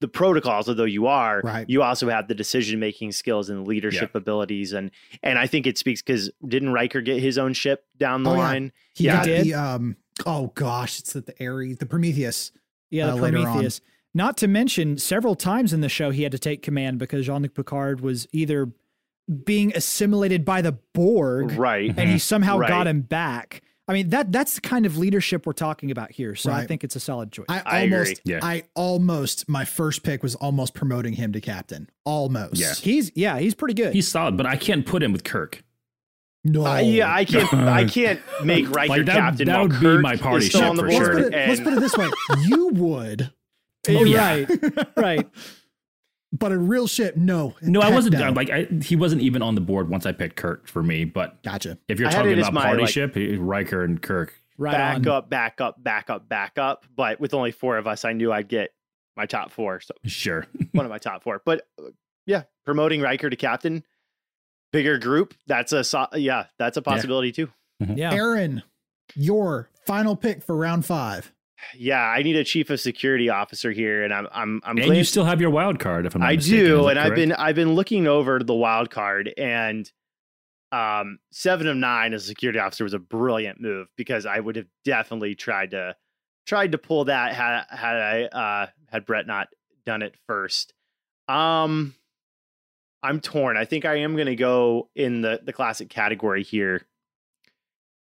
D: the protocols although you are
B: Right.
D: you also have the decision making skills and leadership abilities and and i think it speaks because didn't Riker get his own ship down the
B: Oh, yeah.
D: line
B: He
D: Yeah.
B: got
E: He did?
B: the um oh gosh, it's the, the Ares, the Prometheus.
E: yeah, the
B: uh, later on.
E: Prometheus. Not to mention, several times in the show, he had to take command because Jean Luc Picard was either being assimilated by the Borg,
D: right
E: and he somehow
D: Mm-hmm. Right.
E: got him back. I mean, that that's the kind of leadership we're talking about here. So I
B: Right.
E: think it's a solid choice.
B: I,
D: I agree.
B: almost
C: Yeah.
B: I almost my first pick was almost promoting him to captain. Almost.
C: Yeah.
E: he's yeah, he's pretty good.
C: He's solid, but I can't put him with Kirk.
B: No.
D: I- Uh, yeah, I can't. I can't make Riker
C: Oh. Like, that-
D: captain.
C: that
D: while
C: would be
D: Kirk
C: my party
D: is still
C: ship
D: on the
C: for
B: let's,
D: board.
C: sure.
B: put it, let's
D: and-
B: put it this way. You would,
E: Oh,
C: yeah.
E: Right, right.
B: but a real ship, no.
C: No, I
B: Heck
C: wasn't
B: no.
C: like I, he wasn't even on the board once I picked Kirk for me. But
B: Gotcha.
C: if you're
D: I had
C: talking
D: it as
C: about
D: my,
C: party
D: like-
C: ship, eh, Riker and Kirk.
E: Right
D: back
E: on.
D: up, back up, back up, back up. But with only four of us, I knew I'd get my top four. So
C: Sure.
D: one of my top four. But uh, yeah, promoting Riker to captain, bigger group. That's a so- yeah, that's a possibility too.
E: Yeah.
B: Aaron, your final pick for round five.
D: Yeah, I need a chief of security officer here, and I'm I'm I'm
C: and
D: glad
C: you still have your wild card, if I'm not
D: I
C: mistaken, is
D: do,
C: that
D: and I've
C: correct?
D: been I've been looking over the wild card, and um, seven of nine as a security officer was a brilliant move because I would have definitely tried to tried to pull that had had I uh, had Brett not done it first. Um, I'm torn. I think I am going to go in the the classic category here.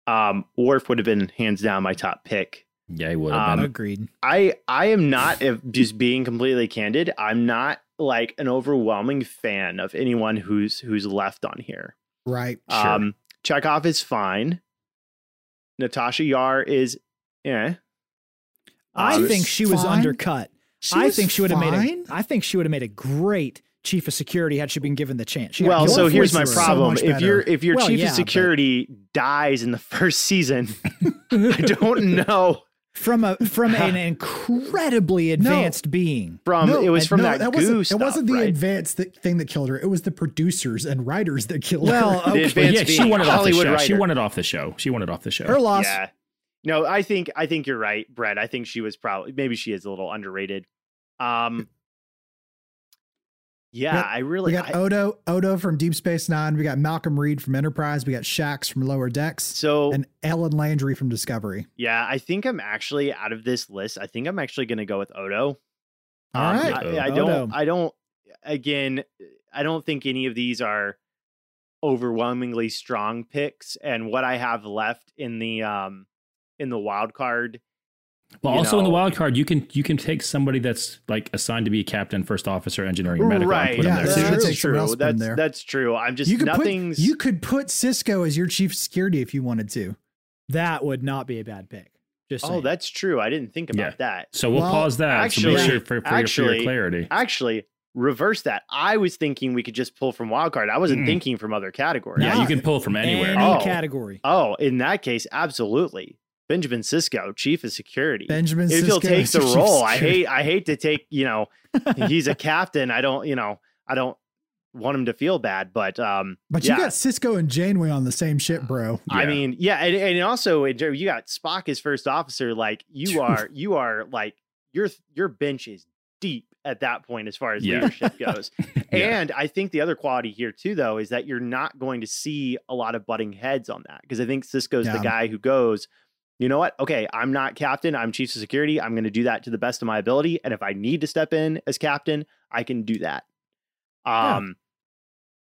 D: Um, Worf would have been hands down my top pick.
C: Yeah, he would have
D: Um,
C: been.
E: Agreed.
D: I I am not if just being completely candid, I'm not like an overwhelming fan of anyone who's who's left on here.
B: Right.
C: Sure.
D: Um Chekhov is fine. Natasha Yar is eh.
E: I
D: Um,
E: think she was
B: fine.
E: undercut.
B: She
E: I
B: was
E: think she would have made
B: fine.
E: a I think she would have made a great chief of security had she been given the chance. She got
D: well,
E: killed
D: so
E: for
D: here's my
E: it.
B: so much
D: problem. if
B: better.
D: your if your
E: Well,
D: chief
E: yeah,
D: of
E: but-
D: security dies in the first season, I don't know
E: from a from an incredibly advanced being.
D: from Um, it was
B: and
D: from
B: no,
D: that, goo
B: wasn't,
D: stuff,
B: It wasn't the
D: right?
B: advanced th- thing that killed her. It was the producers and writers that killed
E: Well,
B: her.
E: okay.
D: The advanced
C: yeah, she
D: being
C: wanted off the show.
D: Hollywood
C: She
D: writer.
C: wanted off the show. She wanted off the show.
E: Her loss.
D: Yeah. No, I think I think you're right, Brett. I think she was probably maybe she is a little underrated. Um Yeah,
B: Yep.
D: I
B: we
D: really
B: got
D: I-
B: Odo, Odo from Deep Space Nine. We got Malcolm Reed from Enterprise. We got Shax from Lower Decks,
D: so
B: and Ellen Landry from Discovery.
D: yeah, I think I'm actually out of this list. I think I'm actually going to go with Odo.
B: All
D: Um,
B: right.
D: I, I
E: Odo.
D: don't I don't again, I don't think any of these are overwhelmingly strong picks and what I have left in the um in the wild card
C: Well,
D: you
C: also in the
D: know.
C: wild card, you can you can take somebody that's like assigned to be a captain, first officer, engineering, medical, and
D: right
C: put
B: Yeah,
C: them
D: that's
B: so
C: there.
B: you
C: too.
B: could
D: true.
B: take someone else from
D: that's
B: there.
D: that's true i'm just
B: you could
D: nothing's
B: put you could put Cisco as your chief security if you wanted to.
E: That would not be a bad pick. Just
D: Oh,
E: saying.
D: that's true. I didn't think about
C: Yeah.
D: that.
C: So we'll
B: Well,
C: pause that to
D: actually-
C: make sure for, for, your, for
D: actually-
C: your clarity.
D: Actually, reverse that. I was thinking we could just pull from wildcard. I wasn't
C: Mm-mm.
D: thinking from other categories.
C: Mm. yeah,
E: Nah.
C: you can pull from anywhere.
E: Any
D: Oh.
E: category.
D: Oh, in that case, absolutely. Benjamin Cisco, chief of security.
B: Benjamin
D: if
B: Cisco
D: he'll take
B: as
D: the
B: your chief
D: role, I
B: security.
D: hate I hate to take, you know, he's a captain. I don't, you know, I don't want him to feel bad, but um
B: But
D: yeah,
B: you got Cisco and Janeway on the same ship, bro.
D: I
C: Yeah.
D: mean, yeah, and, and also in terms- you got Spock as first officer. Like you are, you are like your your bench is deep at that point as far as
C: Yeah.
D: leadership goes.
C: Yeah.
D: And I think the other quality here too, though, is that you're not going to see a lot of butting heads on that because I think Cisco's
B: Yeah.
D: the guy who goes. You know what? Okay, I'm not captain. I'm chief of security. I'm going to do that to the best of my ability. And if I need to step in as captain, I can do that.
E: Yeah.
D: Um,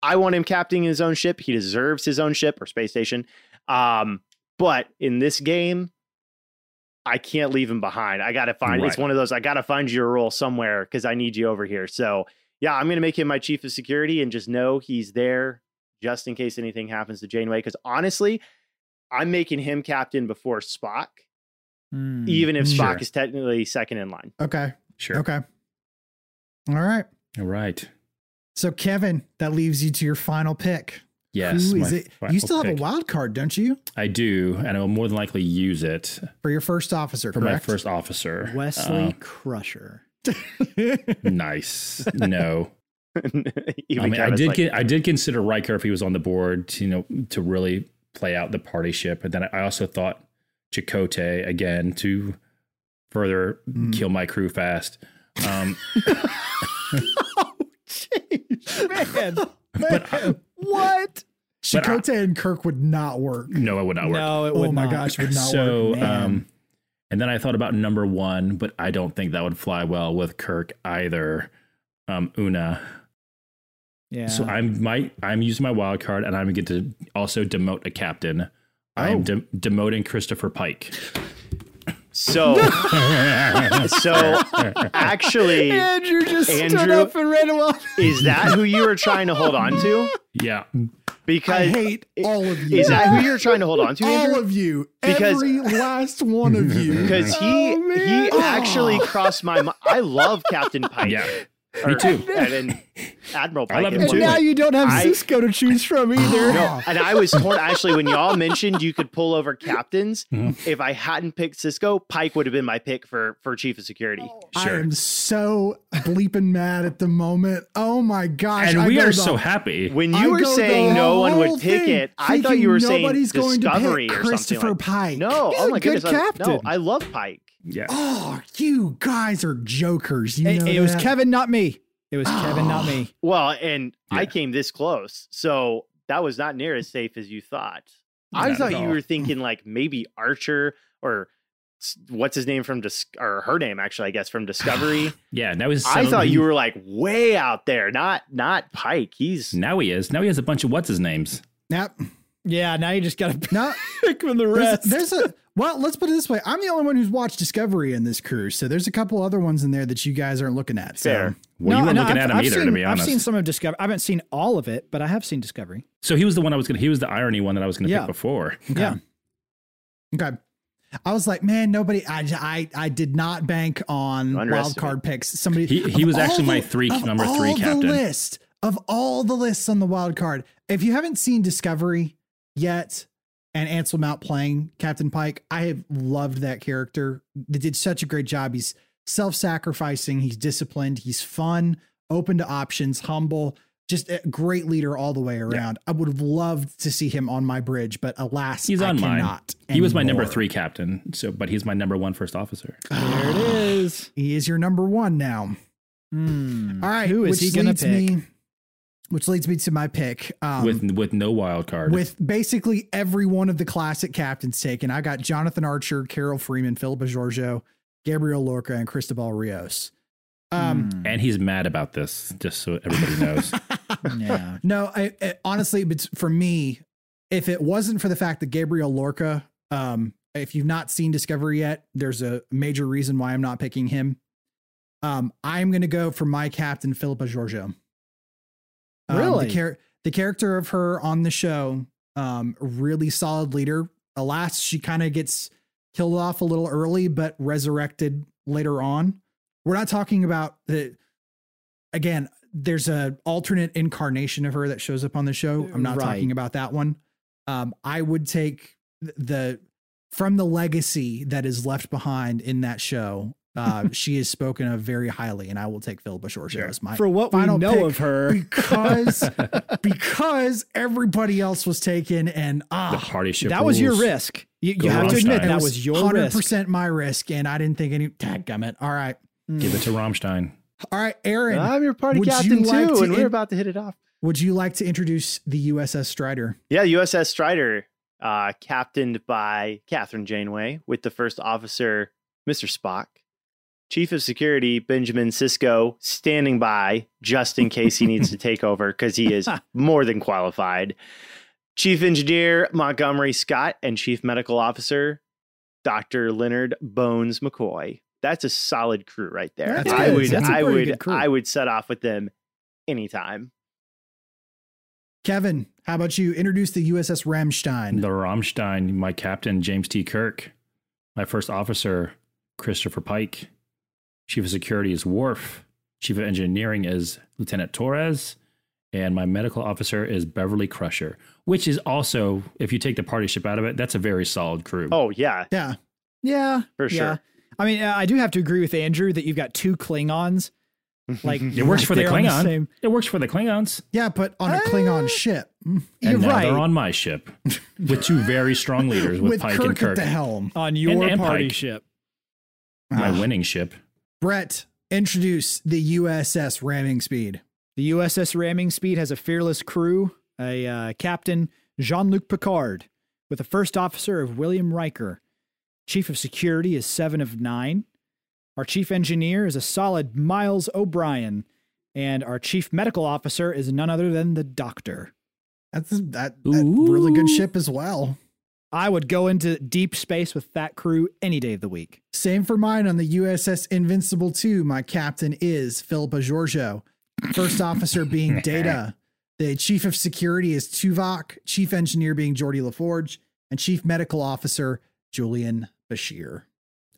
D: I want him captaining his own ship. He deserves his own ship or space station. Um, but in this game, I can't leave him behind. I got to find. It's
C: Right.
D: one of those. I got to find your role somewhere because I need you over here. So yeah, I'm gonna make him my chief of security and just know he's there just in case anything happens to Janeway. Because honestly, I'm making him captain before Spock,
E: Hmm.
D: even if Spock
C: Mm, Sure.
D: is technically second in line.
B: Okay.
C: sure.
B: Okay. All right.
C: All right.
B: So Kevin, that leaves you to your final pick.
C: Yes.
B: Who is
C: my
B: it?
C: final
B: You still have
C: pick.
B: a wild card, don't you?
C: I do, and I will more than likely use it
B: For your first officer,
C: for my
B: correct?
C: first
D: Uh,
C: officer.
E: Wesley
C: Uh,
E: Crusher.
C: nice. No. I
D: Even
C: mean, I
D: Kevin's
C: did
D: like,
C: get, I did consider Riker if he was on the board, to, you know, to really play out the party ship, and then I also thought Chakotay again to further
B: Mm.
C: kill my crew fast. Um,
E: Jeez, man.
C: But I-
E: Man, what?
C: But I-
B: uh, Chakotay and Kirk would not work.
C: no, it would not work.
E: No, it would
B: Oh my
E: not.
B: gosh, would not work.
C: so,
E: man.
C: um, and then I thought about number one, but I don't think that would fly well with Kirk either. Um, Una.
E: Yeah.
C: So I'm my I'm using my wild card, and I'm going to also demote a captain. I'm
B: Oh.
C: de- demoting Christopher Pike.
D: so so actually
E: Andrew just stood
D: Andrew-
E: up and ran off.
D: is that who you were trying to hold on to?
C: yeah,
B: I
D: Because
B: hate
D: it-
B: all of you.
D: is that who you're trying to hold on to,
B: all
D: Andrew?
B: of you?
D: Because-
B: every last one of you.
D: Because he
E: Oh, man.
D: he
B: Oh.
D: actually crossed my mind. I love Captain Pike.
C: yeah.
D: Me
C: too.
D: And then Admiral
C: I
D: Pike.
C: love him
D: and-
E: And
C: too.
E: now you don't have
D: I-
E: Cisco to choose from either.
D: No, and I was torn. Actually, when y'all mentioned you could pull over captains,
B: Mm-hmm.
C: Mhm.
D: if I hadn't picked Cisco, Pike would have been my pick for for chief of security.
B: I
C: Sure.
B: am so bleeping mad at the moment. Oh my gosh!
C: and
B: I
C: we
B: go
C: are
B: the-
C: so happy.
D: When
B: I
D: you were
B: go the
D: saying no one
B: whole
D: would pick
B: thing
D: it, I thought
B: thinking
D: you were saying
B: nobody's going to pick
D: Discovery or something.
B: Christopher
D: Like.
B: Pike.
D: No,
E: He's
D: oh
E: a
D: my
E: good
D: goodness, I-
E: captain.
D: no, I love Pike.
C: yeah,
B: Oh, you guys are jokers. You
E: It,
B: know
E: it was
B: that?
E: Kevin, not me. It was Kevin, not me.
D: Well, and I
C: Yeah.
D: came this close, so that was not near as safe as you thought.
C: Not
D: I
C: at
D: thought you
C: all.
D: were thinking like maybe Archer or s- what's his name from Dis- or her name actually, I guess from Discovery.
C: yeah. Now he's
D: I thought
C: suddenly-
D: you were like way out there, not not Pike. He's
C: Now he is. Now he has a bunch of what's his names.
B: Yep.
E: Yeah, now you just got to
B: No,
E: pick from the
B: there's,
E: rest.
B: there's a well. Let's put it this way: I'm the only one who's watched Discovery in this crew, so there's a couple other ones in there that you guys aren't looking at. So.
D: Fair.
C: Well, you weren't looking at him either,
E: seen,
C: to be honest.
E: I've seen some of Discovery. I haven't seen all of it, but I have seen Discovery.
C: so he was the one I was going. to He was the irony one that I was going to
E: Yeah.
C: pick before.
E: Yeah.
B: Okay. I was like, man, nobody. I I, I did not bank on wild
D: Underestimate.
B: card picks. Somebody.
C: He- he
B: of
C: was
B: all
C: actually my
B: the-
C: three-
B: of
C: number
B: all
C: three
B: the
C: captain.
B: list of all the lists on the wild card. If you haven't seen Discovery yet, and Ansel Mount playing Captain Pike, I have loved that character. They did such a great job. He's self-sacrificing. He's disciplined. He's fun, open to options, humble. Just a great leader all the way around. I would have loved to see him on my bridge, but alas,
C: He's
B: I
C: on mine.
B: cannot
C: He was my number
B: anymore.
C: three captain. So, but he's my number one first officer.
E: There it is.
B: He is your number one now.
E: Hmm.
B: All right.
E: Who is
B: which
E: he going
B: leads
E: to pick?
B: Me, which leads me to my pick. Um,
C: with
B: with,
C: with no wild card.
B: basically every one of the classic captains taken. I got Jonathan Archer, Carol Freeman, Philippa Giorgio, Gabriel Lorca, and Cristobal Rios. Um,
E: Hmm.
C: and he's mad about this, just so everybody knows.
E: yeah.
B: No, I, I honestly, but for me, if it wasn't for the fact that Gabriel Lorca, um, if you've not seen Discovery yet, there's a major reason why I'm not picking him. Um, I'm going to go for my captain, Philippa Giorgio. Um,
E: Really?
B: The, char- the character of her on the show, um, really solid leader. Alas, she kind of gets killed off a little early, but resurrected later on. We're not talking about the again, there's a alternate incarnation of her that shows up on the show. I'm not
E: Right.
B: talking about that one. Um, I would take th- the from the legacy that is left behind in that show. Uh, she is spoken of very highly, and I will take Philippa Giorgio
C: Sure.
B: as my
E: For what we
B: Final pick.
E: know of her,
B: because because everybody else was taken, and
C: the
B: ah,
C: party ship.
E: that was your
C: rules.
E: risk. You,
C: Go
E: you have to
C: Rammstein.
E: admit that
C: It
E: was your
B: hundred
E: risk.
B: percent my risk, and I didn't think any. Dadgummit. All right,
E: Mm.
C: Give it to Rammstein.
B: all right, Aaron.
E: Ah.
D: I'm your party
B: would you
D: captain too,
B: like to
D: and
B: in-
D: we're about to hit it off.
B: Would you like to introduce the USS Strider?
D: Yeah, USS Strider, uh, captained by Catherine Janeway, with the first officer, Mr. Spock, Chief of Security, Benjamin Sisko, standing by just in case he needs to take over because he is more than qualified. Chief Engineer, Montgomery Scott, and Chief Medical Officer, Dr. Leonard Bones McCoy. That's a solid crew right there.
B: That's
D: I
B: good.
D: would,
B: That's a
D: I
E: pretty good
D: would,
E: crew.
D: I would set off with them anytime.
B: Kevin, how about you introduce the USS Ramstein?
C: The Rammstein, my captain, James T. Kirk. My first officer, Christopher Pike. Chief of security is Worf. Chief of engineering is Lieutenant Torres. And my medical officer is Beverly Crusher, which is also, if you take the party ship out of it, that's a very solid crew.
D: Oh yeah,
B: Yeah.
E: Yeah.
D: for sure.
E: Yeah. I mean, uh, I do have to agree with Andrew that you've got two Klingons Like
C: It works for the
E: they're on
C: Klingon.
E: same-
C: It works for the Klingons.
B: Yeah, but on a Klingon ship mm,
E: Uh, You're
C: and now
E: right.
C: they're on my ship with two very strong leaders with,
B: with
C: Pike
B: Kirk,
C: and Kirk.
B: at the helm.
E: on your
C: and
E: party
C: Pike.
E: ship.
C: My
B: Ah.
C: winning ship.
B: Brett, introduce the USS ramming speed.
E: The USS Ramming Speed has a fearless crew, a uh, captain, Jean Luc Picard, with a first officer of William Riker. Chief of security is seven of nine. Our chief engineer is a solid Miles O'Brien. And our chief medical officer is none other than the doctor.
B: That's that, that really good
C: Ooh.
B: ship as well.
E: I would go into deep space with that crew any day of the week.
B: Same for mine on the USS Invincible 2. My captain is Philippa Giorgio. First officer being Data. The chief of security is Tuvok, chief engineer being Geordie LaForge, and chief medical officer Julian Bashir.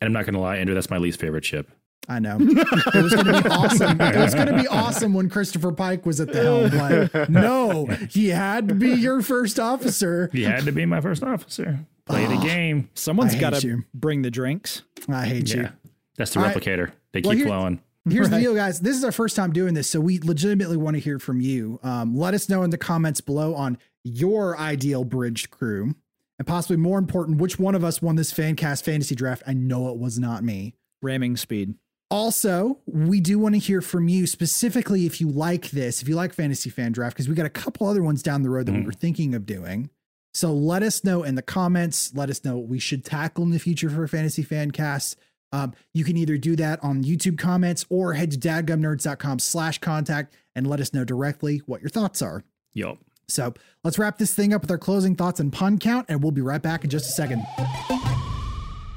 C: And I'm not going to lie, Andrew, that's my least favorite ship.
B: I know. It was gonna be awesome. It was gonna be awesome when Christopher Pike was at the helm. Like, no, he had to be your first officer.
C: He had to be my first officer. Play the
B: Ah.
C: game.
E: Someone's
B: hate
E: got to
B: you.
E: bring the drinks.
B: I hate you.
C: Yeah. That's the
B: All right.
C: replicator. They
B: Well,
C: keep
B: here-
C: flowing.
B: Here's the
E: Right.
B: deal, guys. This is our first time doing this, so we legitimately want to hear from you. Um, let us know in the comments below on your ideal bridge crew, and possibly more important, which one of us won this fan cast fantasy draft. I know it was not me.
E: Ramming speed.
B: Also, we do want to hear from you specifically if you like this, if you like Fantasy Fan Draft, because we got a couple other ones down the road that we
C: Mm.
B: were thinking of doing. So let us know in the comments. Let us know what we should tackle in the future for Fantasy Fan Cast. Um, you can either do that on YouTube comments or head to dadgumnerds.com slash contact and let us know directly what your thoughts are.
C: Yup.
B: So let's wrap this thing up with our closing thoughts and pun count, and we'll be right back in just a second.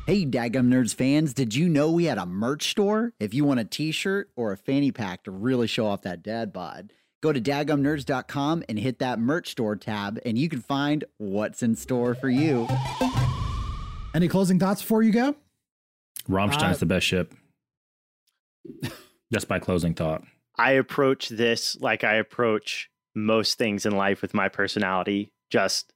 A: Hey, Dagum Nerds fans, did you know we had a merch store? If you want a t shirt or a fanny pack to really show off that dad bod, go to dagumnerds.com and hit that merch store tab, and you can find what's in store for you.
B: Any closing thoughts before you go?
C: Rammstein's
E: Uh,
C: the best ship. That's my closing thought.
D: I approach this like I approach most things in life with my personality. Just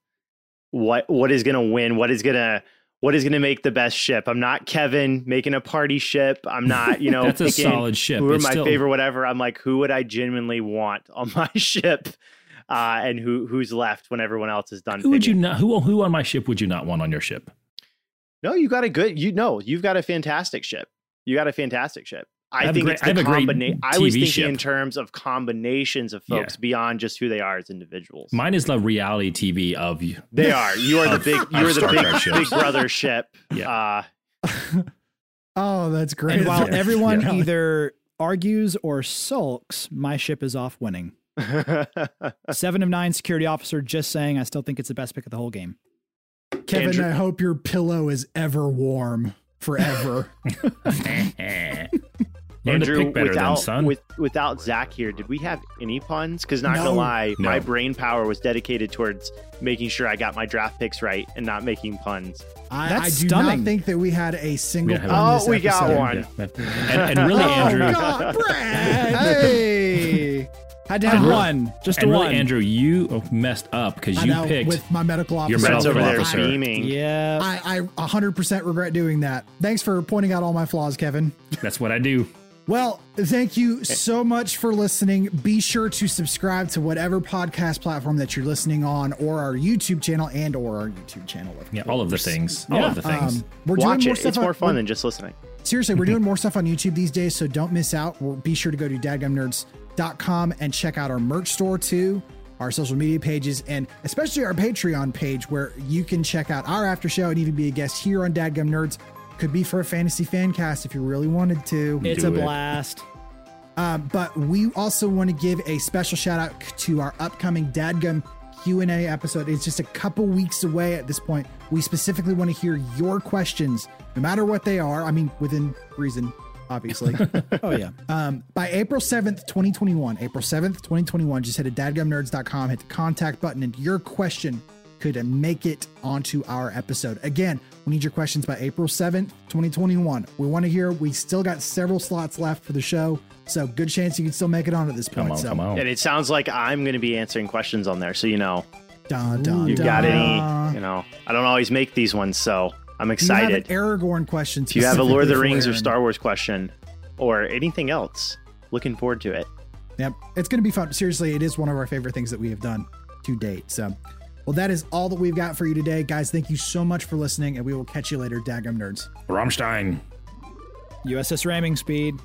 D: what what is gonna win? What is gonna what is gonna make the best ship? I'm not Kevin making a party ship. I'm not, you know,
C: That's a
D: picking
C: solid ship.
D: who are
C: It's
D: my
C: still-
D: favorite, whatever. I'm like, who would I genuinely want on my ship? Uh, and who who's left when everyone else is done?
C: Who would you
D: picking?
C: not? Who who on my ship would you not want on your ship?
D: No, you got a good. You know, you've got a fantastic ship. You got a fantastic ship.
C: I
D: I,
C: have a
D: think
C: great-
D: it's
C: I
D: the
C: have a great
D: combination. I was
C: TV
D: thinking
C: ship.
D: in terms of combinations of
C: Yeah.
D: folks beyond just who they are as individuals.
C: Mine is the reality TV of you.
D: they are. You are the
C: Of-
D: big.
C: of
D: You're
C: Star Trek
D: the big,
C: ships.
D: big brother ship.
C: Yeah.
D: Uh,
B: Oh, that's great.
E: And while
C: Yeah.
E: everyone
C: Yeah.
E: either argues or sulks, my ship is off winning. Seven of nine security officer just saying I still think it's the best pick of the whole game.
B: Kevin,
D: Andrew-
B: I hope your pillow is ever warm forever.
C: Learn to Eh. pick better
D: without,
C: than son.
D: With, without Zach here, did we have any puns? Because not
B: No.
D: gonna lie,
C: No.
D: my brain power was dedicated towards making sure I got my draft picks right and not making puns.
B: I, I
E: That's
B: do
E: stunning.
B: not think that we had a single.
C: We don't have
B: pun
D: one.
B: this
D: Oh, we got
B: episode.
D: one.
C: Yeah. and, and really,
B: Oh
C: Andrew.
B: God, Brad!
E: Hey, had to have
C: And re-
E: one, just a
C: And really,
E: one.
C: Andrew, you oh, messed up because
B: I
C: you
B: know,
C: picked.
B: with my medical officer.
C: your
D: Brett's
C: medical
D: over there
C: officer.
D: beaming.
E: yeah,
B: I, I 100% regret doing that. Thanks for pointing out all my flaws, Kevin.
C: That's what I do.
B: Well, thank you so much for listening. Be sure to subscribe to whatever podcast platform that you're listening on, or our YouTube channel, and or our YouTube channel. of
C: Yeah, all of the
B: course.
C: things. All
E: Yeah.
C: of the things.
B: Um, we're
D: Watch
B: doing more
D: it.
B: stuff
D: It's
B: on-
D: more
B: we're-
D: fun than just listening.
B: seriously, we're doing more stuff on YouTube these days, so don't miss out. We'll be sure to go to dadgumnerds.com and check out our merch store too, our social media pages, and especially our Patreon page where you can check out our after show and even be a guest here on Dadgum Nerds. Could be for a fantasy fan cast if you really wanted to.
E: it's
C: do
E: a
C: it.
E: blast.
B: Um, but we also want to give a special shout out to our upcoming Dadgum Q&A episode. It's just a couple weeks away at this point. We specifically want to hear your questions, no matter what they are. I mean, within reason, obviously.
E: Oh yeah,
B: Um, by April 7th, 2021, April 7th, 2021, just head to dadgumnerds.com, hit the contact button, and your question could make it onto our episode. Again, we need your questions by April 7th, 2021. We want to hear, we still got several slots left for the show. So, good chance you can still make it on at this point.
C: Come on,
B: so,
C: come on.
D: And it sounds like I'm going to be answering questions on there. So, you know,
B: Dun, dun,
D: you
B: dun.
D: got any, you know, I don't always make these ones. So I'm
B: Do you have an
D: excited.
B: Aragorn question?
D: If you have a Lord of the Rings
B: specifically for
D: or
B: Aaron?
D: Star Wars question or anything else, Looking forward to it.
B: Yep. It's going to be fun. Seriously, it is one of our favorite things that we have done to date. So, well, that is all that we've got for you today. Guys, thank you so much for listening, and we will catch you later, Daggum Nerds.
C: Rammstein.
E: USS ramming speed.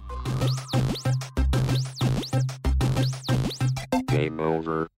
F: Game over.